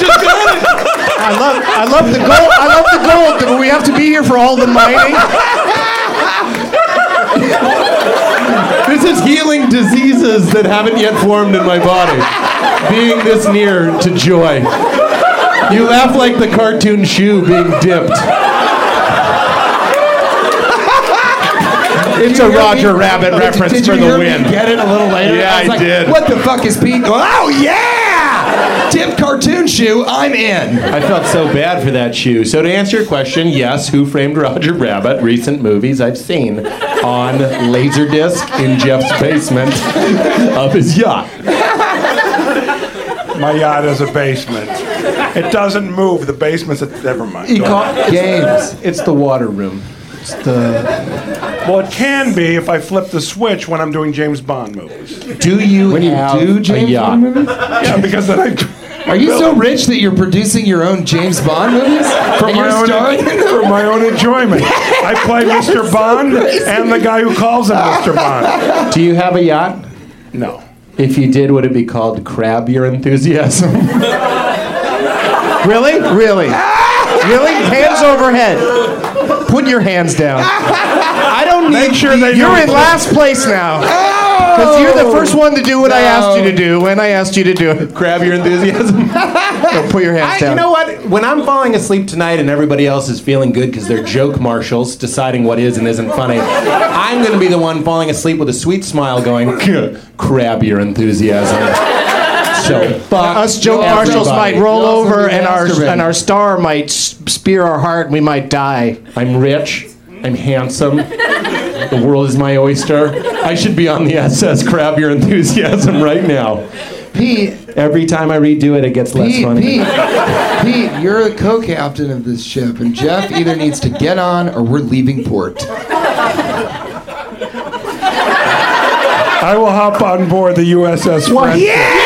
S3: I love, I love the gold. I love the gold. But we have to be here for all the mining.
S5: This is healing diseases that haven't yet formed in my body. Being this near to joy. You laugh like the cartoon shoe being dipped. It's a Roger Rabbit reference
S7: Did you
S5: for the
S7: hear
S5: win.
S7: Me get it a little later.
S5: Yeah,
S7: was
S5: I
S7: like,
S5: did.
S7: What the fuck is Pete? Oh yeah, Dip cartoon shoe. I'm in.
S5: I felt so bad for that shoe. So to answer your question, yes, Who Framed Roger Rabbit? Recent movies I've seen on Laserdisc in Jeff's basement of his yacht.
S6: My yacht is a basement. It doesn't move. The basement's a. Never mind. Go on.
S5: Games. It's the water room.
S6: Well, it can be if I flip the switch when I'm doing James Bond movies.
S5: Do you when you do
S7: James Bond
S5: Bond movies?
S6: Yeah, because then I.
S7: Are you so rich that you're producing your own James Bond movies?
S6: For my,
S7: And you're
S6: own,
S7: starring in them?
S6: for my own enjoyment. I play Mr. Bond and the guy who calls him Mr. Bond.
S5: Do you have a yacht?
S6: No.
S5: If you did, would it be called Crab Your Enthusiasm?
S3: Really? Really? Really? Hands over head. Put your hands down. I don't need.
S6: Make sure they
S3: You're
S6: know-
S3: in last place now.
S7: Oh!
S3: Because you're the first one to do what I asked you to do when I asked you to do it.
S5: Crab Your Enthusiasm?
S3: So put your hands
S5: I,
S3: down.
S5: you know what? When I'm falling asleep tonight and everybody else is feeling good because they're joke marshals deciding what is and isn't funny, I'm going to be the one falling asleep with a sweet smile going, "Gah, Crab Your Enthusiasm. So, fuck
S3: Us joke marshals
S5: everybody.
S3: might roll
S5: You'll also
S3: over,
S5: be
S3: and our
S5: masturbating.
S3: and our star might s- spear our heart, and we might die.
S5: I'm rich. I'm handsome. The world is my oyster. I should be on the SS Crab Your Enthusiasm right now.
S7: Pete,
S5: Every time I redo it, it gets less
S7: Pete,
S5: funny.
S7: Pete, Pete, you're the co-captain of this ship, and Jeff either needs to get on or we're leaving port.
S6: I will hop on board the USS Friendship.
S7: Yeah!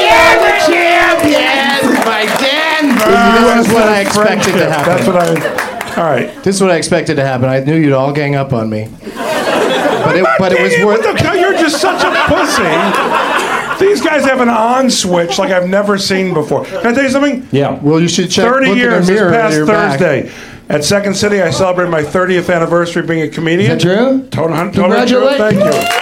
S7: Yeah, we're champions by Denver.
S3: This is what I
S6: USS
S3: expected to
S6: Friendship.
S3: happen.
S6: That's what I. All right.
S3: This is what I expected to happen. I knew you'd all gang up on me. But it, but it was
S6: Dang
S3: worth.
S6: What the, you're just such a pussy. These guys have an on switch like I've never seen before. Can I tell you something?
S5: Yeah.
S3: Well, you should check.
S6: 30
S3: look
S6: years
S3: in
S6: this
S3: the mirror in
S6: past
S3: your back.
S6: Thursday. At Second City, I celebrated my 30th anniversary being a comedian.
S5: Is that true?
S6: Totally, totally true. Thank
S5: Congratulations.
S6: you.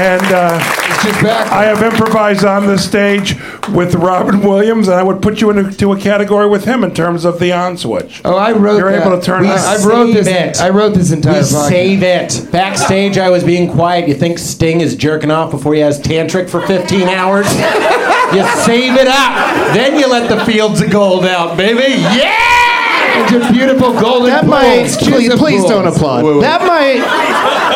S6: And uh,
S5: It's just back.
S6: I have improvised on the stage with Robin Williams, and I would put you into a category with him in terms of the on switch.
S7: Oh, I wrote.
S6: You're
S7: that.
S6: able to turn
S7: We-
S6: it
S7: I
S6: on.
S7: wrote this.
S5: Save it.
S7: I wrote this entire
S5: We
S7: podcast.
S5: save it. Backstage, I was being quiet. You think Sting is jerking off before he has tantric for 15 hours? you save it up. Then you let the fields of gold out, baby. Yeah! And your beautiful golden
S3: That might.
S5: bulls.
S3: Please,
S5: Kiss the
S3: please
S5: bulls.
S3: don't applaud.
S5: Whoa, whoa.
S3: That might.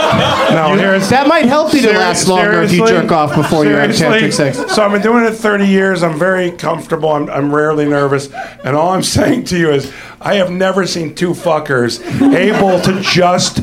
S6: Now, here's
S3: That might help you to
S6: Seri-
S3: last longer if you
S6: seriously?
S3: jerk off before you have
S6: Seriously?
S3: tantric sex.
S6: So I've been doing it 30 years. I'm very comfortable. I'm, I'm rarely nervous. And all I'm saying to you is, I have never seen two fuckers able to just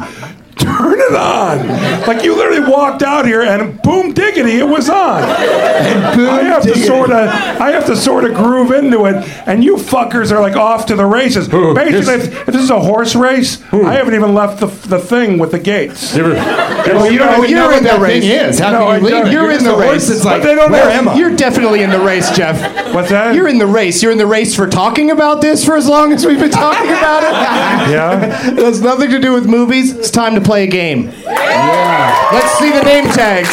S6: turn it on. Like you literally walked out here and boom diggity, it was on. I have to sort of, I have to sort of groove into it. And you fuckers are like off to the races.
S5: Ooh,
S6: Basically,
S5: yes.
S6: if, if this is a horse race, I haven't even left the, the thing with the gates. Oh,
S5: you don't even know
S3: you're
S5: what
S3: in
S5: that
S3: the
S5: thing
S3: race.
S5: is. How
S6: No, I
S5: can you
S6: don't.
S5: leave it?
S6: You're in
S5: just
S6: the
S5: a horse
S6: race.
S5: that's like,
S6: But they don't know
S5: where
S6: where
S5: am I?
S3: You're definitely in the race, Jeff.
S6: What's that?
S3: You're in the race. You're in the race for talking about this for as long as we've been talking about it.
S6: Yeah.
S3: It has nothing to do with movies. It's time to play a game. Yeah. Let's see the name tags.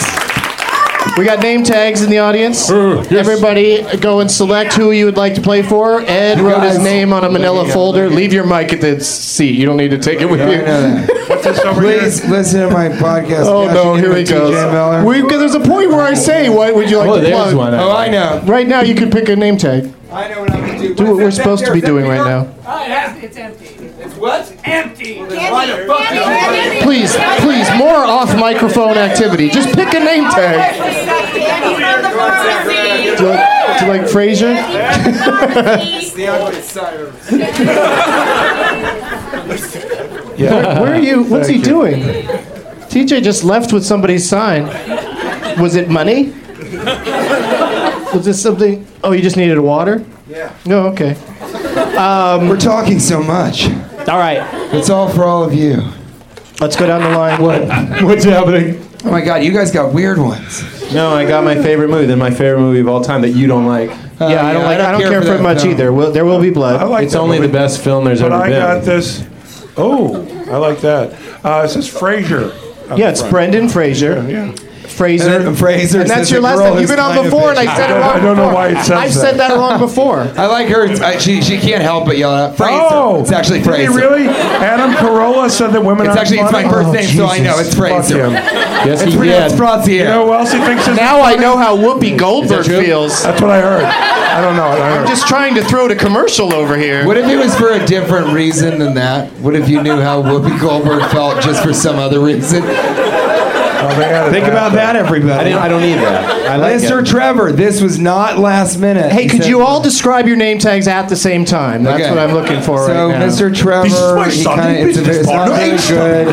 S3: We got name tags in the audience.
S5: Uh, yes.
S3: Everybody go and select who you would like to play for. Ed wrote his
S5: guys-
S3: name on a manila
S5: Yeah.
S3: folder. Leave your mic at the seat. You don't need to take it with
S7: I know
S3: you.
S7: that.
S6: What's this over here?
S7: Please listen to my podcast.
S3: Oh, no,
S7: Cashing In
S3: here he
S7: with TJ Miller.
S3: goes. We- 'cause there's a point where I say, what would you like
S5: Oh,
S3: to
S5: there's
S3: plug?
S5: one.
S7: oh, I know.
S3: Right now, you can pick a name tag.
S7: I know what I'm gonna do.
S3: Do what we're supposed to be doing right now. Please, please, more off microphone activity. Just pick a name tag. Do you like, do you like Frasier? Where, where are you? What's he doing? TJ just left with somebody's sign. Was it money? Was this something? Oh, you just needed water? Yeah. No, okay.
S7: We're talking so much.
S3: All right.
S7: It's all for all of you.
S3: Let's go down the line.
S5: What's happening?
S7: Oh my God, you guys got weird ones.
S5: No, I got my favorite movie. Then my favorite movie of all time that you don't like.
S7: Uh,
S3: Yeah, I don't like. I don't care, for,
S7: that,
S3: much
S7: no.
S3: either. Will, there will be blood.
S6: I like
S5: it's
S6: that
S5: only
S6: movie.
S5: the best film there's
S6: But
S5: ever
S6: I
S5: been.
S6: got this. Oh, I like that. Uh, this is Frasier. up
S3: yeah, it's
S6: front.
S3: Brendan Fraser.
S6: Yeah.
S3: Fraser.
S7: And then Fraser
S3: And that's
S7: says
S3: your
S7: the
S3: last
S7: girl
S3: name. You've
S7: is
S3: been on
S7: kind of
S3: before, and I
S7: bitch.
S3: said it
S6: I
S3: wrong.
S6: don't- I don't know
S3: before.
S6: why it says
S3: I've said that wrong before.
S7: I like her. I, she she can't help but yell out Fraser.
S6: Oh,
S7: it's actually
S6: did he
S7: Fraser.
S6: really? Adam Carolla said that women
S7: It's
S6: aren't
S7: actually it's my
S6: funny? Oh,
S7: first name, so I know it's Fraser.
S6: Fuck him.
S5: yes,
S7: It's
S5: he
S7: pronounced
S5: did.
S7: Frazier.
S6: You know who else he thinks is?
S3: Now I know how Whoopi Goldberg
S5: true?
S3: feels.
S6: That's what I heard. I don't know. what I heard.
S3: I'm just trying to throw the commercial over here.
S7: What if it was for a different reason than that? What if you knew how Whoopi Goldberg felt just for some other reason?
S6: Oh, they added
S7: Think about that,
S5: I,
S7: everybody.
S5: didn't, I don't need that. I like
S7: Mr.
S5: it.
S7: Trevor, this was not last minute.
S3: Hey,
S7: He
S3: could
S7: said-
S3: you all describe your name tags at the same time? That's
S7: Okay.
S3: what I'm looking for
S7: So,
S3: right now.
S7: Mr.
S6: This is
S7: Trevor,
S6: my
S7: he
S6: son,
S7: kind of, it's, a,
S6: business
S7: it's not
S6: partner,
S7: very
S6: Einstein.
S7: good.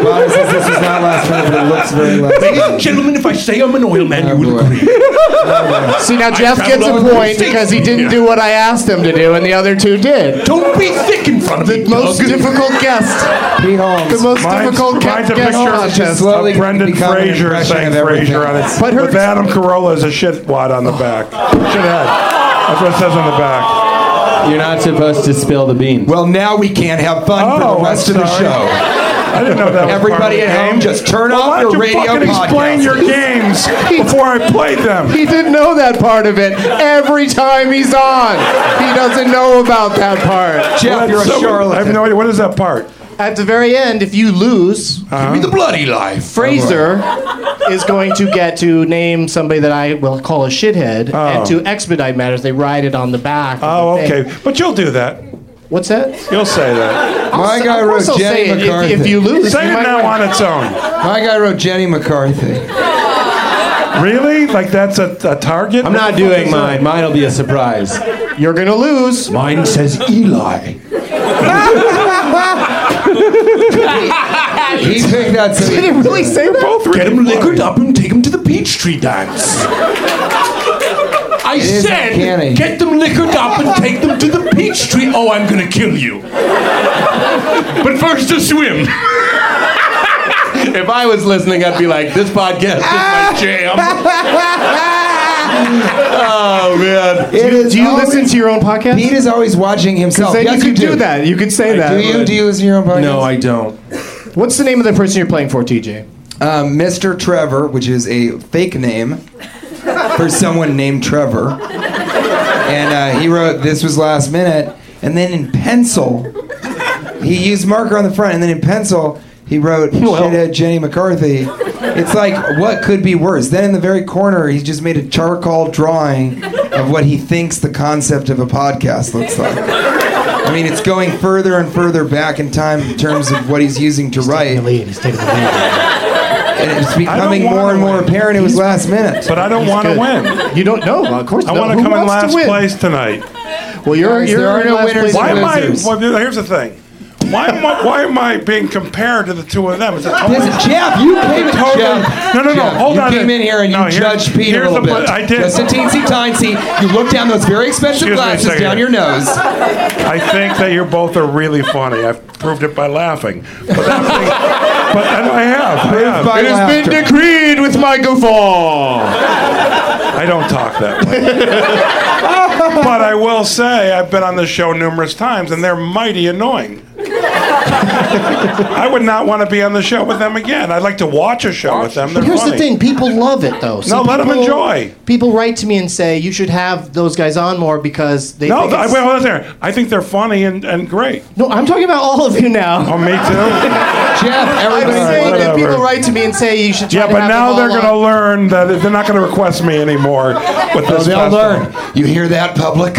S7: The bottom says this was not last minute, but it looks very last minute.
S2: Ladies and gentlemen, if I say I'm an oil man, you will
S7: boy.
S2: agree.
S3: See, now Jeff
S2: traveled
S3: gets a
S2: all over the
S3: point
S2: States.
S3: because he didn't do what I asked him to do, and the other two did.
S2: Don't be thick in front of me,
S3: The most
S2: Doug.
S3: difficult guest.
S7: Pete Holmes.
S3: The most
S6: Mine's-
S3: difficult ca-
S6: mine's a
S3: guest
S6: picture of
S3: contest.
S7: Well,
S6: Of
S7: slowly
S6: Brendan
S7: become an
S6: Fraser
S7: impression
S6: saying
S7: of everything.
S6: Fraser on it.
S3: But her- Oh.
S6: With Adam Carolla is a shitwad on the back. Shithead. That's what it says on the back.
S5: You're not supposed to spill the beans.
S7: Well, now we can't have fun for
S6: Oh,
S7: the rest
S6: I'm
S7: of the
S6: sorry.
S7: show.
S6: I didn't know that. was
S7: Everybody
S6: part of the
S7: at home,
S6: game.
S7: just turn
S6: well,
S7: off
S6: why
S7: your
S6: don't you
S7: radio
S6: fucking explain
S7: podcast.
S6: your games before I played them.
S3: He didn't know that part of it. Every time he's on, he doesn't know about that part.
S7: Jeff, you're a
S6: So- I have
S7: charlatan.
S6: no idea. What is that part?
S3: At the very end, if you lose,
S5: Uh, oh,
S2: Give me the bloody life.
S3: Fraser is going to get to name somebody that I will call a shithead, and to expedite matters, they write it on the back. of the
S6: Oh,
S3: thing.
S6: okay. But you'll do that.
S3: What's that?
S6: You'll say that.
S7: My guy
S3: Of
S7: wrote
S3: course I'll
S7: Jenny
S3: say it.
S7: McCarthy.
S3: If, if you lose,
S6: Say
S3: you
S6: it
S3: might
S6: now
S3: win.
S6: on its own.
S7: My guy wrote Jenny McCarthy.
S6: Really? Like that's a, a target?
S5: I'm not doing mine. Mine'll be a surprise.
S3: You're gonna lose.
S2: Mine says Eli.
S7: He picked that. So
S3: Did it really say that?
S6: Both
S2: Get
S6: really
S2: him
S6: funny.
S2: liquored up and take him to the Peachtree Dance. I
S7: is
S2: said,
S7: uncanny.
S2: get them liquored up and take them to the Peachtree. Oh, I'm gonna kill you. but first, a swim.
S5: if I was listening, I'd be like, this podcast is
S7: Ah!
S5: my jam. oh, man.
S4: It is
S3: Do you
S4: always-
S3: listen to your own podcast?
S4: Pete is always watching himself.
S3: Then
S4: yes,
S3: you could do.
S4: do
S3: that. You could say that.
S4: Do you? Do you listen to your own podcast?
S5: No, I don't.
S3: What's the name of the person you're playing for, TJ?
S7: Um, Mr. Trevor, which is a fake name for someone named Trevor. And uh, he wrote, This was last minute. And then in pencil, he used marker on the front. And then in pencil, he wrote, Shithead Jenny McCarthy. It's like, what could be worse? Then in the very corner, he's just made a charcoal drawing of what he thinks the concept of a podcast looks like. I mean, it's going further and further back in time in terms of what he's using to write
S3: lead. He's taking the lead.
S7: and it's becoming
S6: wanna
S7: more and more
S6: win.
S7: apparent it was last minute.
S6: But I don't want to win.
S3: You don't know. Of course,
S6: I
S3: not.
S6: want
S3: Who
S6: to come in
S3: wants
S6: last
S3: win?
S6: place tonight.
S3: Well, you're
S7: Guys,
S3: you're
S7: there are
S3: in
S7: no
S3: last
S7: winners
S3: place.
S6: Why
S7: and
S6: am I?
S7: losers.
S6: Well, here's the thing. Why am I? Why am I being compared to the two of them? It's a total-
S7: Listen, Jeff, you came in.
S6: Totally.
S7: Jeff,
S6: No, no, no,
S7: Jeff,
S6: hold
S7: you
S6: on.
S7: came in here and you
S6: No, here's-
S7: judged Pete a
S6: here's
S7: little
S6: the-
S7: bit.
S6: I did.
S7: Just a teensy tiny. You look down those very
S6: Excuse
S7: expensive
S6: me a
S7: glasses
S6: second
S7: down
S6: here.
S7: your nose.
S6: I think that you both are really funny. I've proved it by laughing. But, that thing- but I have. I, have.
S7: by
S6: It has
S7: laughter.
S6: been
S3: Decreed with my guffaw.
S6: I don't talk that way. but I will say I've been on this show numerous times, and they're mighty annoying. I would not want to be on the show with them again. I'd like to watch a show with them. They're
S3: Here's
S6: funny.
S3: the thing: people love it though. So
S6: No, let 'em
S3: people-
S6: enjoy.
S3: People write to me and say you should have those guys on more because they.
S6: No,
S3: think
S6: th- I,
S3: it's-
S6: well, there. I think they're funny and, and great.
S3: no, I'm talking about all of you
S6: Oh,
S3: now.
S6: me too.
S7: Jeff,
S3: I'm
S7: everybody.
S3: saying that
S6: whatever.
S3: people write to me and say you should. Try
S6: Yeah,
S3: to
S6: but
S3: have them
S6: now
S3: all
S6: they're
S3: on.
S6: going to learn that they're not going to request me anymore with this festival.
S7: They'll learn. You hear that, public?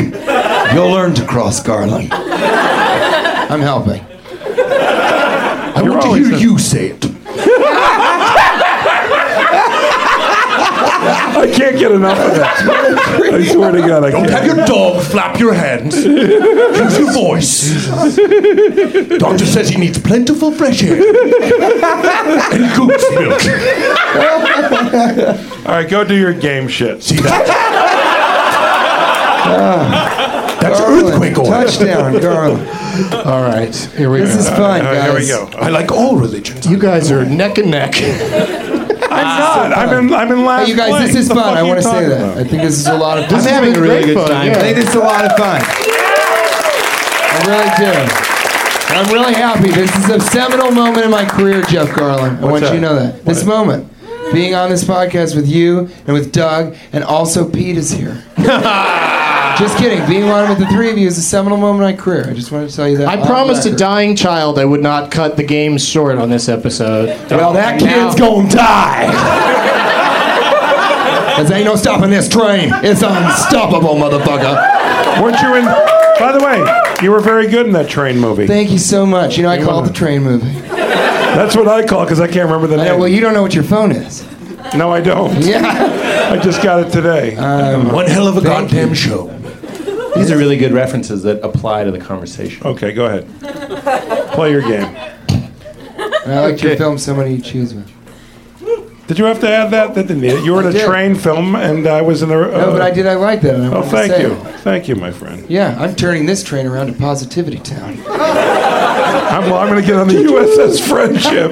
S7: You'll learn to cross Garland. I'm helping. I
S6: You're
S7: want to
S6: always
S7: hear
S6: Oh, a-
S7: you say it.
S6: I can't get enough of that. I swear to God, I
S5: Don't have
S6: can't.
S5: your dog flap your hands. Use your voice. Doctor says he needs plentiful fresh air and goat's milk.
S6: All right, go do your game shit.
S5: See that?
S6: Ah.
S5: That's earthquake oil.
S7: Touchdown, Garland.
S3: All right, here we
S7: This
S3: go.
S7: is fun,
S6: All right,
S7: guys.
S6: here we go.
S5: I like all religions.
S3: you guys are neck and neck.
S6: I'm not. I'm in. I'm in last
S7: Hey, you guys,
S6: place.
S7: this is
S6: The fuck
S7: fun. I
S6: you
S7: want to say
S6: talking
S7: that.
S6: about?
S7: I think this is a lot of fun.
S3: I'm having a really good time.
S7: I think this is a lot of fun. I really do. And I'm really happy. This is a seminal moment in my career, Jeff Garland. I want
S6: that?
S7: you to know that. This moment. Being on this podcast with you and with Doug, and also Pete is here. just kidding. Being on with the three of you is a seminal moment in my career. I just wanted to tell you that.
S3: I
S7: on
S3: promised a
S7: record.
S3: dying child I would not cut the game short on this episode.
S7: Well, that kid's gonna die. Cause ain't no stopping this train. It's unstoppable, motherfucker.
S6: Weren't you in? By the way, you were very good in that train movie.
S7: Thank you so much. You know, I call it the train movie.
S6: That's what I call because I can't remember the
S7: I-
S6: name.
S7: well, you don't know what your phone is.
S6: no, I don't.
S7: Yeah. Uh,
S6: I just got it today.
S5: One hell of a
S7: Thank
S5: goddamn
S7: you.
S5: show. These are really good references that apply to the conversation.
S6: okay, go ahead. Play your game.
S7: And I liked your film, Somebody You Choose With.
S6: Did you have to add that? That didn't need it. You were in
S7: I
S6: a
S7: did.
S6: train film, and I was in a.
S7: No, but I did. I like that. And I
S6: Oh,
S7: wanted to
S6: thank
S7: say
S6: you,
S7: it.
S6: thank you, my friend.
S7: Yeah, I'm turning this train around to Positivity Town.
S6: I'm, I'm going to get on the USS Friendship,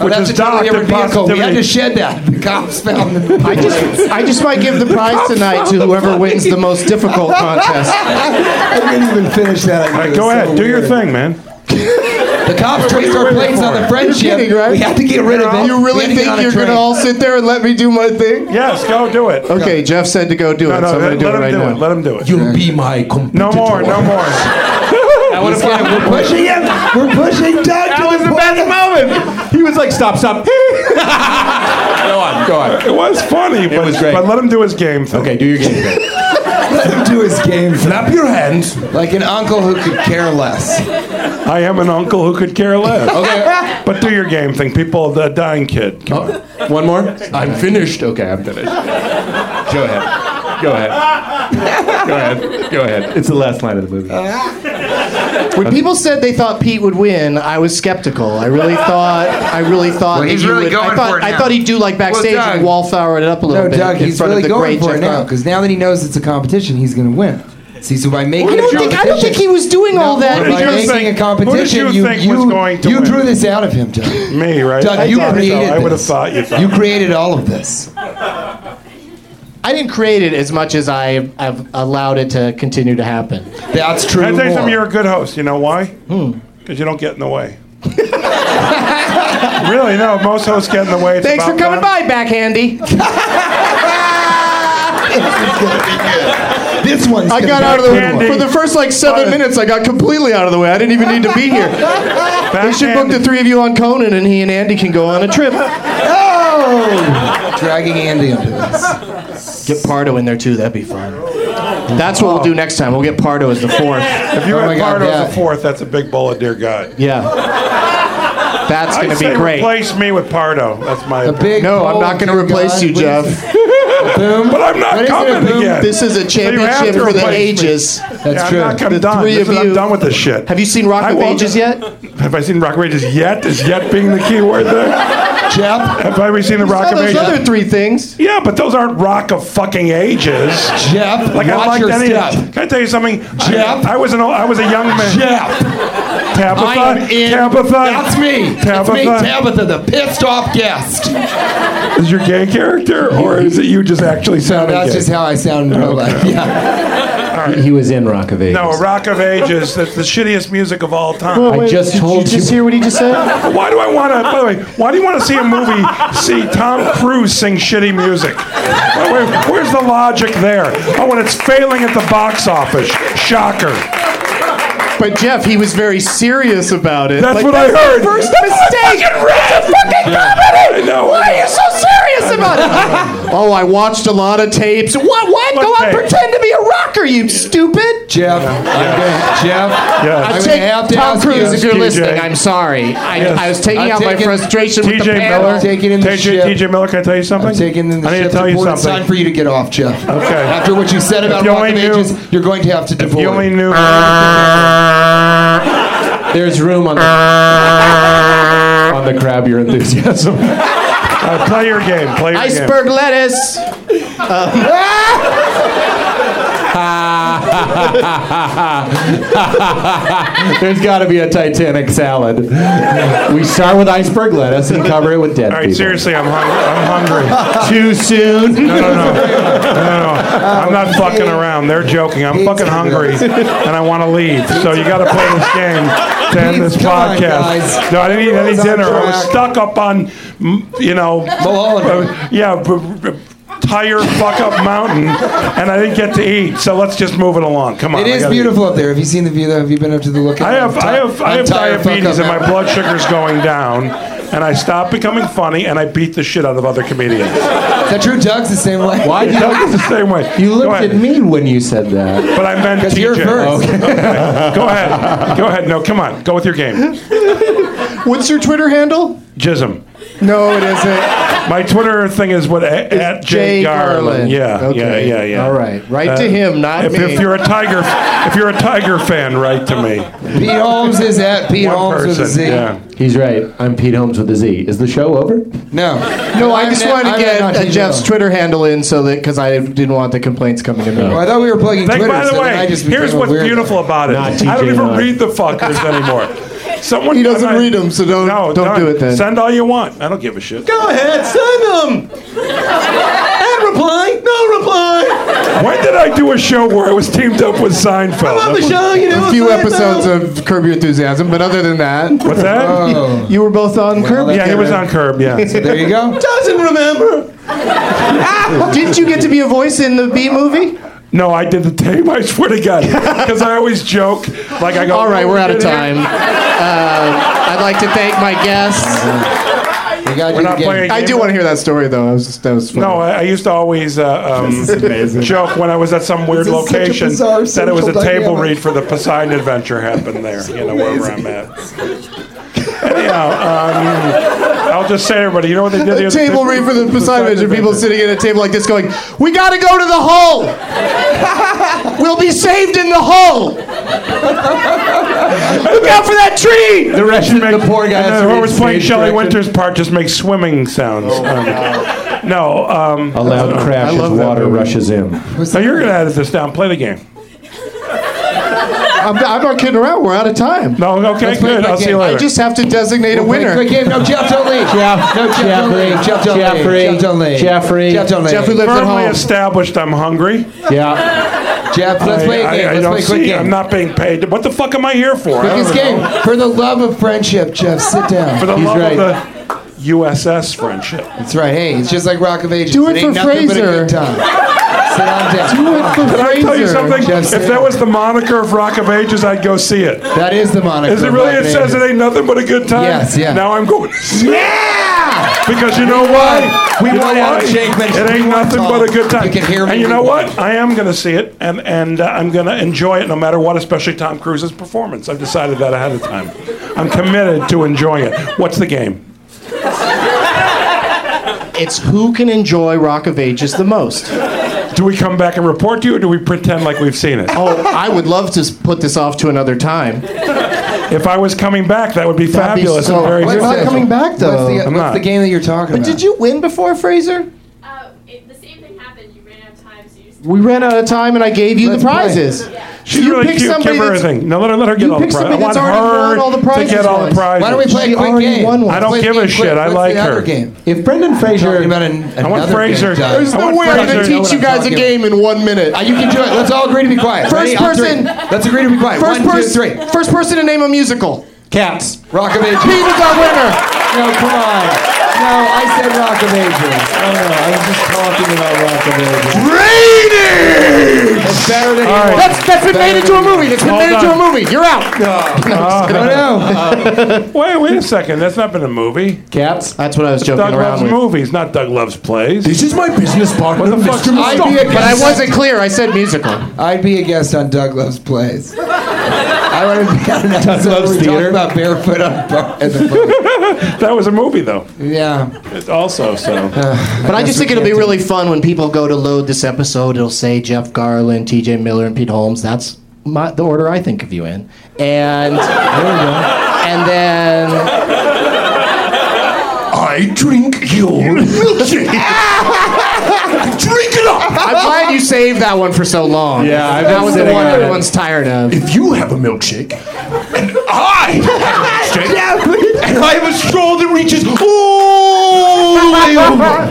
S7: Oh,
S6: which
S7: that's
S6: is
S7: a totally
S6: docked in
S7: different vehicle. We had
S6: positivity.
S7: to shed that. The cops found the
S3: I just, I just might give the prize tonight to whoever wins the most difficult contest.
S7: I didn't even finish that.
S6: All right, go ahead, do your thing, man.
S7: The cops traced our planes on the friendship.
S3: You're kidding, right?
S7: We had to get rid of it.
S3: You
S7: We had
S3: really
S7: to get
S3: think
S7: on a
S3: you're going to
S7: train.
S3: all sit there and let me do my thing?
S6: Yes, go do it.
S3: Okay, Jeff said to go do
S6: No,
S3: it,
S6: no,
S3: so I'm
S6: let,
S3: going to do
S6: let
S3: it
S6: him
S3: right
S6: do
S3: now.
S6: it. Let him do it.
S5: You'll be my competitor.
S6: no more, no more.
S7: He's gonna- We're pushing him. We're pushing Doug. That was the best moment. He was like, "Stop, stop."
S5: Go on, go on.
S6: It was funny, but,
S5: was great.
S6: but let him do his game thing.
S5: Okay, do your game.
S7: Let him do his game.
S5: Flap your hands.
S7: Like an uncle who could care less.
S6: I am an uncle who could care less.
S7: Okay.
S6: But do your game thing, people. The dying kid.
S5: Oh.
S6: Come on.
S5: One more? I'm finished. Okay, I'm finished. Go ahead. Go ahead. Go ahead. Go ahead. It's the last line of the movie.
S3: When people said they thought Pete would win, I was skeptical. I really thought, I really thought that
S7: he's
S3: you
S7: really
S3: would.
S7: going
S3: I thought,
S7: for it
S3: I
S7: now.
S3: thought he'd do like backstage
S7: Doug-
S3: and wallflower it up a little
S7: No,
S3: bit
S7: Doug,
S3: in
S7: he's
S3: front of
S7: really
S3: the
S7: going
S3: great
S7: for it
S3: Jeff
S7: now
S3: Garland.
S7: because now that he knows it's a competition, he's going to win.
S4: See, so by making
S3: I
S4: a
S3: don't think I don't think he was doing all that
S6: Who did
S4: by
S6: you
S3: because
S4: making
S6: think-
S4: a competition,
S6: who did you think was going to
S4: you
S6: win?
S4: drew this out of him, Doug.
S6: Me, right?
S4: Doug,
S6: I
S4: you
S6: thought so.
S4: created
S6: I would have
S4: this.
S6: thought you thought.
S4: You created all of this.
S3: I didn't create it as much as I have allowed it to continue to happen.
S4: That's true.
S6: I tell you
S4: more.
S6: something, you're a good host. You know why? Because you don't get in the way. really, no. Most hosts get in the way. It's
S3: Thanks for coming
S6: about them.
S3: by, backhandy.
S4: This one's
S3: I
S4: gonna
S3: got
S4: be
S3: out of the
S4: a good one.
S6: Candy.
S3: way. For the first like seven minutes, I got completely out of the way. I didn't even need to be here. They should book the three of you on Conan, and he and Andy can go on a trip.
S4: Oh! Dragging Andy into this.
S3: Get Pardo in there too. That'd be fun. That's what we'll do next time. We'll get Pardo as the fourth.
S6: If you
S4: Oh my
S6: had
S4: God,
S6: Pardo as
S4: yeah.
S6: a fourth, that's a big bullet, dear God.
S3: Yeah. That's
S6: I'd
S3: gonna
S6: say
S3: be great.
S6: replace me with Pardo. That's my.
S4: A
S6: opinion.
S4: big
S3: No, I'm
S4: bowl,
S3: not gonna
S4: dear
S3: replace
S4: God,
S3: you,
S4: please.
S3: Jeff.
S4: Boom.
S6: But I'm not
S4: What is it,
S6: coming
S4: boom?
S6: again.
S3: This is a
S6: So you have to
S3: championship for the
S6: replace me.
S3: ages.
S4: That's
S6: yeah,
S4: true.
S6: I'm, not, I'm
S3: The
S6: done.
S3: three
S6: This
S3: of
S6: is- I'm
S3: you-
S6: done with this shit.
S3: Have you seen Rock
S6: I
S3: of
S6: woke
S3: Ages yet?
S6: up- Have I seen Rock of Ages yet? Is yet being the key word there?
S4: Jeff.
S6: Have I ever seen the Rock
S3: Oh,
S6: of
S3: those
S6: Ages?
S3: other three things.
S6: yeah, but those aren't Rock of fucking Ages.
S4: Jeff.
S6: Like I
S4: watch
S6: liked
S4: your
S6: any
S4: step.
S6: Can I tell you something?
S4: Jeff?
S6: I, I was an old, I was a young man.
S4: Jeff.
S6: Tabitha.
S4: I am in.
S6: Tabitha.
S4: That's me. That's me,
S6: Tabitha.
S4: Tabitha, the pissed off guest.
S6: Is your gay character, or is it you just actually sounding
S4: That's
S6: gay?
S4: just how I sound in real life. Yeah.
S5: He was in Rock of Ages.
S6: no, a Rock of Ages. That's the shittiest music of all time.
S5: I just told you.
S3: hear what he just said?
S6: Why do I want to? By the way, why do you want to see a movie? See Tom Cruise sing shitty music. Where- where's the logic there? Oh, when it's failing at the box office. Shocker.
S3: But Jeff, he was very serious about it.
S6: That's
S3: Like,
S6: what I
S3: the
S6: heard.
S3: First
S6: That's
S3: mistake.
S6: fucking racist fucking comedy. I know.
S3: Why are you so serious about it? oh, I watched a lot of tapes. What? What?
S6: What
S3: Go out and
S6: tape?
S3: pretend to be a rocker, you stupid.
S4: Jeff. I'm gonna- Jeff.
S6: Yeah.
S4: I'm
S6: I
S4: gonna have to
S3: Tom
S4: ask
S3: Cruise,
S4: you.
S3: if you're
S6: TJ.
S3: listening, I'm sorry. I,
S6: Yes.
S3: I was taking
S4: I'm
S3: out my
S4: taking-
S3: frustration with the
S6: TJ
S3: panel.
S6: Miller.
S4: Taking in the
S6: TJ,
S4: ship.
S6: TJ Miller, can I tell you something?
S4: I'm taking in the
S6: I need
S4: ship
S6: to tell you
S4: report.
S6: something.
S4: It's time for you to get off, Jeff.
S6: Okay.
S4: After what you said about
S6: you
S4: Rock of
S6: only knew-
S4: Ages, you're going to have to divorce.
S6: you only knew.
S4: Uh,
S5: There's room on the, on the crab your enthusiasm.
S6: Uh, play your game. Play your
S3: Iceberg lettuce.
S5: There's got to be a Titanic salad. We start with iceberg lettuce and cover it with dead
S6: game. All right,
S5: people.
S6: seriously, I'm hungry. I'm hungry.
S5: Too soon.
S6: No, no, no, no, no. I'm not fucking around. They're joking. I'm fucking hungry, and I want to leave. So you got to play this game to end this
S4: Come on,
S6: podcast.
S4: guys.
S6: No, I didn't eat
S4: Everyone's
S6: any
S4: on
S6: dinner. I was
S4: track.
S6: stuck up on, mm, you know,
S4: Mulholland.
S6: uh, yeah, b- b- tire fuck up mountain, and I didn't get to eat. So let's just move it along. Come on.
S4: It
S6: Oh, I
S4: is
S6: gotta eat.
S4: beautiful up there. Have you seen the view? though? Have you been up to the look? at
S6: I
S4: it?
S6: have,
S4: I'm
S6: I
S4: ti-
S6: have, I
S4: I'm
S6: have
S4: tired, fuck
S6: diabetes
S4: up
S6: and my
S4: now.
S6: blood sugar's going down, and I stop becoming funny and I beat the shit out of other comedians.
S4: Is that true? Doug's the same way.
S5: Why do
S6: Doug is the
S5: you,
S6: same way.
S5: you
S6: Go
S5: looked
S6: ahead.
S5: at me when you said that?
S6: But I meant
S4: Because
S6: TJ.
S4: you're first.
S6: Go ahead. Go ahead. No, come on. Go with your game.
S3: What's your Twitter handle?
S6: Jism.
S3: No, it isn't.
S6: My Twitter thing is what at, at Jay,
S3: Jay Garland.
S6: Garland. Yeah,
S3: Okay.
S6: yeah, yeah, yeah. Uh,
S3: All right. Write to him, not
S6: if,
S3: me.
S6: If you're a tiger, if you're a tiger fan, write to me.
S4: Pete Holmes is at Pete
S6: One
S4: Holmes
S6: person.
S4: with a Z.
S6: Yeah.
S5: He's right. I'm Pete Holmes with a Z. Is the show over?
S4: No.
S3: No, I
S4: I'm
S3: just
S4: at-
S3: wanted to
S4: I'm at
S3: get uh,
S4: Naughty
S3: Jeff's
S4: Dog.
S3: Twitter handle in so that because I didn't want the complaints coming to me.
S4: Well, I thought we were plugging
S6: Like,
S4: Twitter.
S6: by the
S4: so then
S6: way,
S4: I just
S6: here's
S4: became a
S6: what's
S4: weirdo.
S6: beautiful about it.
S5: Not
S6: I don't
S5: TJ
S6: even
S5: Miller.
S6: read the fuckers anymore. Someone
S3: He doesn't
S6: I'm not-
S3: read 'em, so don't-
S6: no,
S3: don't do it then.
S6: Send all you want. I don't give a shit.
S5: Go ahead, send them. And reply. No reply.
S6: When did I do a show where I was teamed up with Seinfeld?
S5: You
S3: A few episodes of Curb Your Enthusiasm, but other than that,
S6: What's that?
S3: you were both on Curb.
S6: yeah, he was on Curb. Yeah.
S4: There you go.
S5: Doesn't remember.
S3: Didn't you get to be a voice in the B movie?
S6: No, I did the tape. I swear to God, because I always joke. Like I go.
S3: All right, we're out of
S6: "Did it?"
S3: time. Uh, I'd like to thank my guests.
S4: We got
S6: We're
S4: you
S6: not playing.
S4: again.
S3: I do want to hear that story though. I was just, that was funny.
S6: No, I, I used to always uh, um, joke when I was at some weird
S4: This is such a
S6: location
S4: bizarre
S6: that it was a
S4: social
S6: table
S4: dynamic.
S6: read for the Poseidon Adventure happened there. you know wherever I'm at. Anyhow, um, I'll just say to everybody, you know what they did? the
S3: a
S6: other-
S3: table read for the Poseidon Adventure. People sitting at a table like this going, We gotta go to the hull! we'll be saved in the hull! Look out for that tree!
S5: The rest of the poor guy. has
S6: And
S5: to
S6: then who
S5: read
S6: was playing
S5: stage
S6: Shelley
S5: direction.
S6: Winter's part just makes swimming sounds.
S3: Oh,
S6: Um, no, um,
S5: A loud crash as water rushes in.
S6: so you're gonna edit this down. Play the game.
S3: I'm, I'm not kidding around. We're out of time.
S6: No, okay,
S3: Let's
S6: good.
S3: play
S6: I'll
S3: that
S6: see
S3: game.
S6: you later.
S3: I just have to designate a winner.
S7: Quick game. No, Jeff, don't leave.
S5: Jeff,
S7: No, Jeff, don't leave. Jeff, don't
S5: Jeffrey,
S7: leave. Jeff, don't leave.
S5: Jeffrey,
S7: Jeff, don't leave.
S3: Jeff, who lives at
S6: firmly
S3: home.
S6: established I'm hungry.
S5: yeah,
S7: Jeff, let's
S6: I,
S7: play a
S6: I- I
S7: game. Let's
S6: don't
S7: play a
S6: see.
S7: quick game.
S6: I'm not being paid. What the fuck am I here for? I
S7: Quickest
S6: don't know.
S7: game. For the love of friendship, Jeff, sit down.
S6: For the
S5: He's
S6: love of
S5: right.
S6: the USS friendship.
S7: That's right. Hey, it's just like Rock of Ages.
S3: Do it
S7: ain't
S3: for
S7: nothing But a
S3: Fraser.
S7: good time. Sit on down.
S3: Do it for
S6: Can I tell you
S3: Fraser.
S6: something?
S7: Jeff
S6: if that was the moniker of Rock of Ages, I'd go see it.
S7: That is the moniker.
S6: Is it
S7: of
S6: really?
S7: Rock
S6: It
S7: of
S6: says it
S7: Ages.
S6: ain't nothing but a good time.
S7: Yes, yeah.
S6: Now I'm going. Yeah. Because you know why?
S7: We
S6: You
S7: want
S6: know
S7: Adam
S6: why?
S7: Shankman.
S6: It ain't
S7: We want
S6: nothing
S7: Tom.
S6: but a good time.
S7: You can hear me.
S6: And you
S7: We
S6: know
S7: want
S6: what? I am going to see it, and and uh, I'm going to enjoy it no matter what, especially Tom Cruise's performance. I've decided that ahead of time. I'm committed to enjoying it. What's the game?
S3: It's who can enjoy Rock of Ages the most.
S6: Do we come back and report to you, or do we pretend like we've seen it?
S3: Oh, I would love to s- put this off to another time.
S6: If I was coming back, that would be
S3: That'd be
S6: fabulous.
S3: so-
S6: and very
S3: What's
S7: What's
S3: not
S7: that?
S6: different.
S3: coming back, though.
S7: What's the,
S6: I'm
S7: what's
S6: not.
S7: the game that you're talking
S3: But
S7: about?
S3: did you win before, Fraser?
S11: Uh, it, the same thing happened. You ran out of time, so you just
S3: We ran out of time, and I gave you
S7: Let's
S3: the
S7: play.
S3: prizes.
S6: She's
S3: you
S6: really
S3: pick
S6: cute.
S3: somebody
S6: Give her a
S3: that's-
S6: thing. No, let her, let her get
S3: you
S6: all the
S3: pick
S6: prizes. I
S3: somebody
S6: want
S3: that's already
S6: her
S3: won all the
S6: to get
S3: prizes
S6: all the
S3: once.
S6: prizes.
S7: Why don't we play
S3: She
S7: a quick
S3: already
S7: game?
S3: won one.
S6: I don't
S7: Let's play
S6: give a
S7: game
S6: shit.
S7: quick.
S6: I
S7: What's
S6: like
S7: the
S6: her.
S7: Other game?
S5: if Brendan Fraser,
S7: Talking about an,
S6: I want
S7: another
S6: Fraser.
S7: Game, John.
S6: There's
S3: There's
S6: I
S3: no
S6: want
S3: way I'm
S6: Fraser
S3: going
S6: to
S3: to
S6: know what
S3: teach you
S7: I'm
S3: guys a
S7: talking about.
S3: game in one minute.
S7: Uh, you can do it. Let's all agree to be quiet.
S3: First
S7: Ready? I'll do
S3: person-
S7: it. Let's agree to be quiet.
S3: First
S7: One, two,
S3: person,
S7: three.
S3: first person to name a musical.
S5: cats.
S7: Rock of Ages.
S3: Pete is our winner.
S7: No, come on. No, I said Rock of Ages. Oh no, I was just talking about Rock of Ages. It's better than
S6: All
S7: he
S6: right.
S7: won.
S3: That's that's been made into a movie. That's been
S6: Hold
S3: made into a
S6: on.
S3: movie. You're out.
S6: Ah.
S7: Oh no.
S6: Wait, wait a second. That's not been a movie.
S5: Cats.
S3: That's what I was joking
S6: Doug
S3: around
S6: loves
S3: with.
S6: movies, not Doug loves plays.
S5: This is my business partner,
S6: What the fuck?
S5: Mr.
S6: I-
S5: Mr.
S7: I'd be a
S3: But I
S7: guest.
S3: wasn't clear. I said musical.
S7: I'd be a guest on Doug Love's plays. I want to be on an episode Doug
S5: Loves
S7: where we
S5: Theater.
S7: talk about barefoot on bar- at the bar.
S6: That was a movie, though.
S7: Yeah.
S6: It's also, so.
S3: But I, just think it'll be really fun when people go to load this episode. It'll say Jeff Garland, T.J. Miller, and Pete Holmes. That's my, the order I think of you in. And and then
S5: I drink your milkshake. drink it up.
S3: I'm glad you saved that one for so long.
S5: Yeah, I've
S3: that
S5: been
S3: was the
S5: sitting
S3: one
S5: on it.
S3: everyone's tired of.
S5: If you have a milkshake, and I have a milkshake, and I have a straw that reaches all the way over,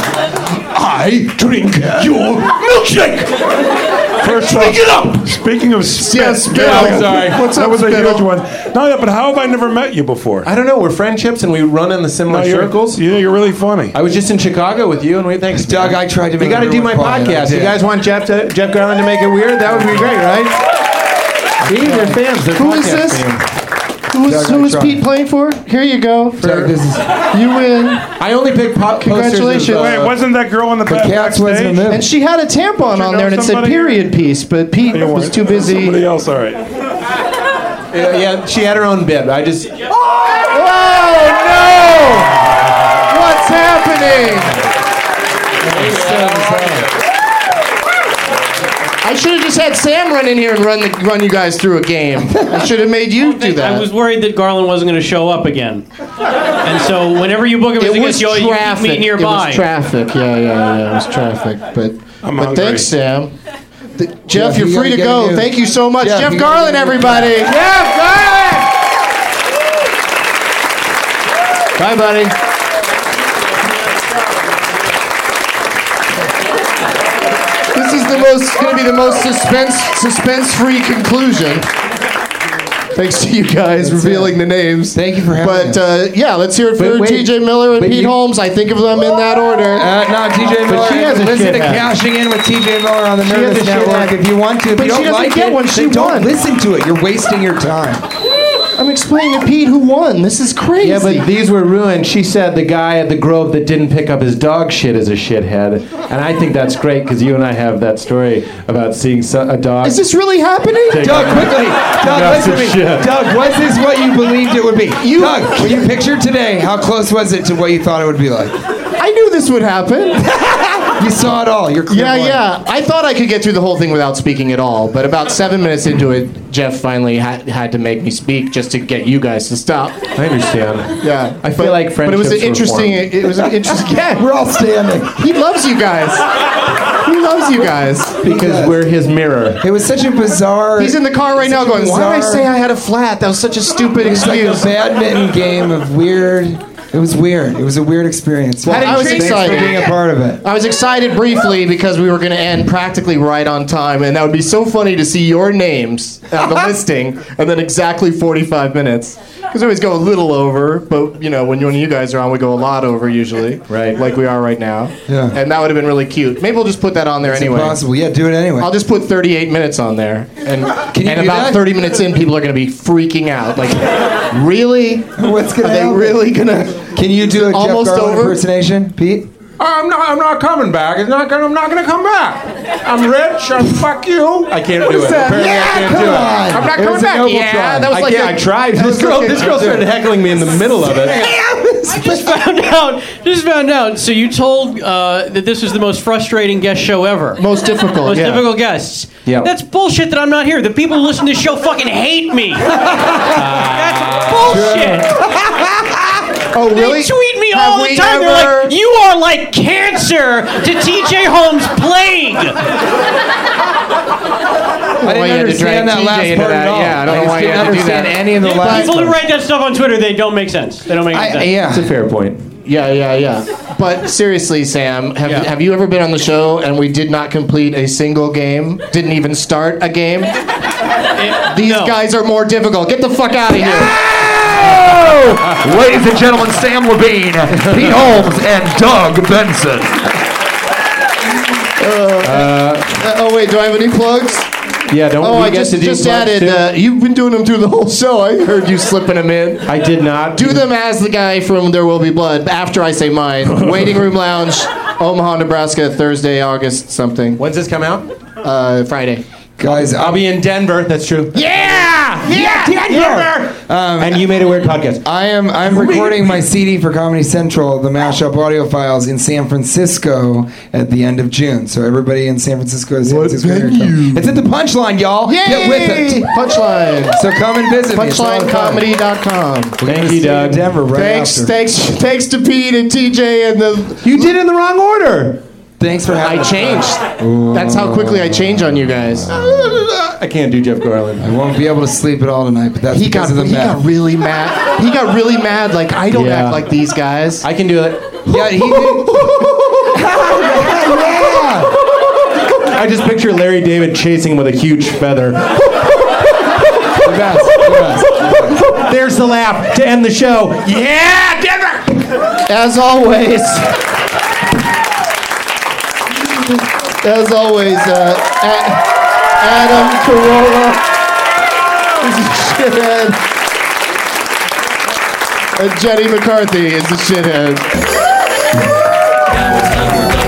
S5: I drink your milkshake.
S6: First
S5: Drink
S6: off,
S5: it up.
S6: speaking of spit.
S3: Yeah, spit.
S6: Yeah,
S5: I'm sorry.
S6: What's that was a huge one. No, yeah, but how have I never met you before?
S5: I don't know. We're friendships, and we run in the similar
S6: No, you're,
S5: circles.
S6: you know, you're really funny.
S5: I was just in Chicago with you, and we thanks,
S7: Doug, I tried to
S5: We
S7: make
S5: got to do my
S7: everyone quiet, I
S5: podcast. You
S7: did.
S5: guys want Jeff to, Jeff Garland to make it weird? That would be great, right? See, they're fans. They're
S3: Who is
S5: podcast
S3: this?
S5: fans.
S3: Who was,
S7: Doug,
S3: who
S7: I
S3: was
S7: tried.
S3: Pete playing for? Here you go.
S7: Doug, this is.
S3: you win.
S5: I only pick pop.
S3: Congratulations.
S5: Posters of, uh,
S6: Wait, wasn't that girl in the back
S7: Cats was in the
S6: backstage?
S7: movie.
S3: And she had a tampon
S6: you
S3: on
S6: know
S3: there and it said
S6: somebody?
S3: period piece, but Pete
S6: You
S3: was
S6: weren't.
S3: too
S6: Somebody
S3: busy.
S6: else, all right.
S5: yeah, yeah, she had her own bib. I just
S3: Oh no! What's happening? I should have just had Sam run in here and run the, run you guys through a game. I should have made you do that.
S12: I was worried that Garland wasn't going to show up again. And so whenever you book him as a
S3: it was
S12: guest, you always you keep
S3: traffic.
S12: me nearby.
S3: It was traffic. Yeah, yeah, yeah. It was traffic. But
S6: I'm
S3: but
S6: hungry.
S3: thanks, Sam. Th- Jeff,
S7: Jeff,
S3: you're
S7: you
S3: free to
S7: gotta get
S3: go.
S7: it in.
S3: Thank you so much,
S7: Jeff,
S3: Jeff
S7: you gotta
S3: Garland,
S7: get it in.
S3: everybody. Jeff Garland. Bye, buddy. This is the most going to be the most suspense suspense free conclusion. Thanks to you guys revealing the names.
S7: Thank you for having
S3: But
S7: us.
S3: uh, yeah, let's hear it for
S5: But wait.
S3: T.J. Miller and
S5: But
S3: Pete
S5: you-
S3: Holmes. I think of them in that order.
S7: Uh, no, TJ Miller.
S3: she has a
S7: listen
S3: shit
S7: to
S3: hat.
S7: Cashing In with TJ Miller on the
S3: has a
S7: Nervous
S3: shit
S7: Network
S3: hat.
S7: if you want to. If
S3: But
S7: you don't
S3: she doesn't
S7: like
S3: get
S7: it,
S3: one. She
S7: then
S3: won.
S7: Don't listen to it. You're wasting your time.
S3: I'm explaining to Pete who won. This is crazy.
S5: Yeah, but these were ruined. She said the guy at the Grove that didn't pick up his dog shit is a shithead, and I think that's great because you and I have that story about seeing so- a dog.
S3: is this really happening?
S7: Doug, quickly. Doug,
S5: That's
S7: listen to
S5: the
S7: me.
S5: shit.
S7: Doug, was this what you believed it would be? Doug, when you pictured today, how close was it to what you thought it would be like?
S3: I knew this would happen.
S7: You saw it all. You're
S3: Yeah, yeah. I thought I could get through the whole thing without speaking at all, but about seven minutes into it, Jeff finally had, had to make me speak just to get you guys to stop.
S6: I understand.
S3: Yeah,
S6: I feel like
S3: but it was an
S6: friendships were
S3: interesting.
S6: formed.
S3: It, was an interesting. Yeah,
S7: We're all standing.
S3: he loves you guys. He loves you guys.
S6: Because we're his mirror.
S7: It was such a bizarre.
S3: He's in the car right now
S7: such a
S3: going, Why did I
S7: bizarre-
S3: say I had a flat? That was such a stupid
S7: It's like a
S3: excuse.
S7: badminton game of weird. It was weird. It was a weird experience.
S3: Well, I was
S7: thanks
S3: excited.
S7: for being a part of it.
S3: I was excited briefly because we were going to end practically right on time, and that would be so funny to see your names on the listing, and then exactly 45 minutes. Because we always go a little over, but you know, when you, when you guys are on, we go a lot over usually,
S6: Right.
S3: Like we are right now.
S7: Yeah.
S3: And that would have been really cute. Maybe we'll just put that on there anyway.
S7: Possible. Yeah, do it anyway.
S3: I'll just put 38 minutes on there, and
S7: Can you
S3: and
S7: do
S3: about
S7: that?
S3: 30 minutes in, people are going to be freaking out. Like, really?
S7: What's gonna
S3: Are they
S7: happen?
S3: really going to?
S7: Can you do a
S3: Almost
S7: Jeff Garland
S3: over?
S7: impersonation, Pete?
S13: I'm not. I'm not coming back. It's not gonna. I'm not gonna come back. I'm rich. I'm fuck you.
S6: I can't do it. Apparently I
S7: Yeah,
S6: can't
S7: come
S6: do it.
S7: on.
S6: I'm not
S7: It
S6: coming
S7: was a
S6: back.
S7: noble
S6: Yeah,
S7: try.
S6: that was
S3: I
S6: like
S3: can't-
S6: a- I tried. This
S3: like
S6: girl,
S3: a-
S6: this girl started heckling me in the middle of it.
S5: I just found out. Just found out. So you told uh, that this was the most frustrating guest show ever.
S3: Most difficult.
S5: Most
S3: yeah.
S5: difficult guests.
S6: Yeah.
S5: That's bullshit that I'm not here. The people who listen to this show fucking hate me. That's bullshit.
S3: Oh, really?
S5: They tweet me
S3: Have
S5: all the
S3: we
S5: time. They're
S3: ever-
S5: like, you are like cancer to TJ Holmes' plague.
S7: I
S3: Why
S7: didn't
S3: you had to drag
S7: understand that
S3: TJ
S7: last
S3: into
S7: part
S3: that.
S7: at all.
S3: Yeah, I don't know
S7: just
S3: why you
S7: didn't
S3: had to do
S7: understand
S3: that.
S7: any of the
S3: Yeah,
S7: last.
S5: People who write that stuff on Twitter, they don't make sense. They don't make any sense.
S6: It's
S3: yeah,
S6: a fair point.
S3: yeah, yeah, yeah. But seriously, Sam, have,
S5: Yeah.
S3: have you ever been on the show and we did not complete a single game? Didn't even start a game? These
S5: no.
S3: guys are more difficult. Get the fuck out of here.
S14: Ladies and gentlemen, Sam Levine, Pete Holmes, and Doug Benson.
S3: Uh, oh wait, do I have any plugs?
S6: Yeah, don't
S3: Oh,
S6: we
S3: I
S6: get
S3: just
S6: to do
S3: just
S6: plugs
S3: added.
S6: too?
S3: Uh, you've been doing them through the whole show. I heard you slipping them in.
S6: I did not.
S3: Do them as the guy from There Will Be Blood after I say mine. Waiting Room Lounge, Omaha, Nebraska, Thursday, August something.
S6: When's this come out?
S3: Uh, Friday.
S7: Guys,
S6: I'll be in Denver. That's true.
S3: Yeah!
S6: Yeah, Denver. and you made a weird podcast.
S7: I am I'm recording my CD for Comedy Central, the mashup audio files in San Francisco at the end of June. So everybody in San Francisco to San Francisco. area, come. It's at the punchline, y'all. Get with it.
S3: Punchline.
S7: So come and visit me. It's a lot of fun.
S3: Punchlinecomedy.com.
S6: Thank
S7: See
S6: you,
S7: you in
S6: Doug.
S7: Denver right
S3: Thanks,
S7: after.
S3: thanks, thanks to Pete and TJ and the.
S6: You did it in the wrong order.
S7: Thanks for having
S3: I
S7: me.
S3: changed. That's how quickly I change on you guys.
S6: I can't do Jeff Garland.
S7: I won't be able to sleep at all tonight, but that's
S3: He got
S7: because of
S3: he
S7: the meth.
S3: got really mad. He got really mad. Like I don't
S6: Yeah.
S3: act like these guys.
S6: I can do it.
S7: yeah, he did. yeah.
S6: I just picture Larry David chasing him with a huge feather.
S7: The best. The best.
S6: There's the laugh to end the show. Yeah, Denver.
S3: As always. As always, uh, A- Adam Carolla is a shithead. And Jenny McCarthy is a shithead.
S14: Now it's time for Doug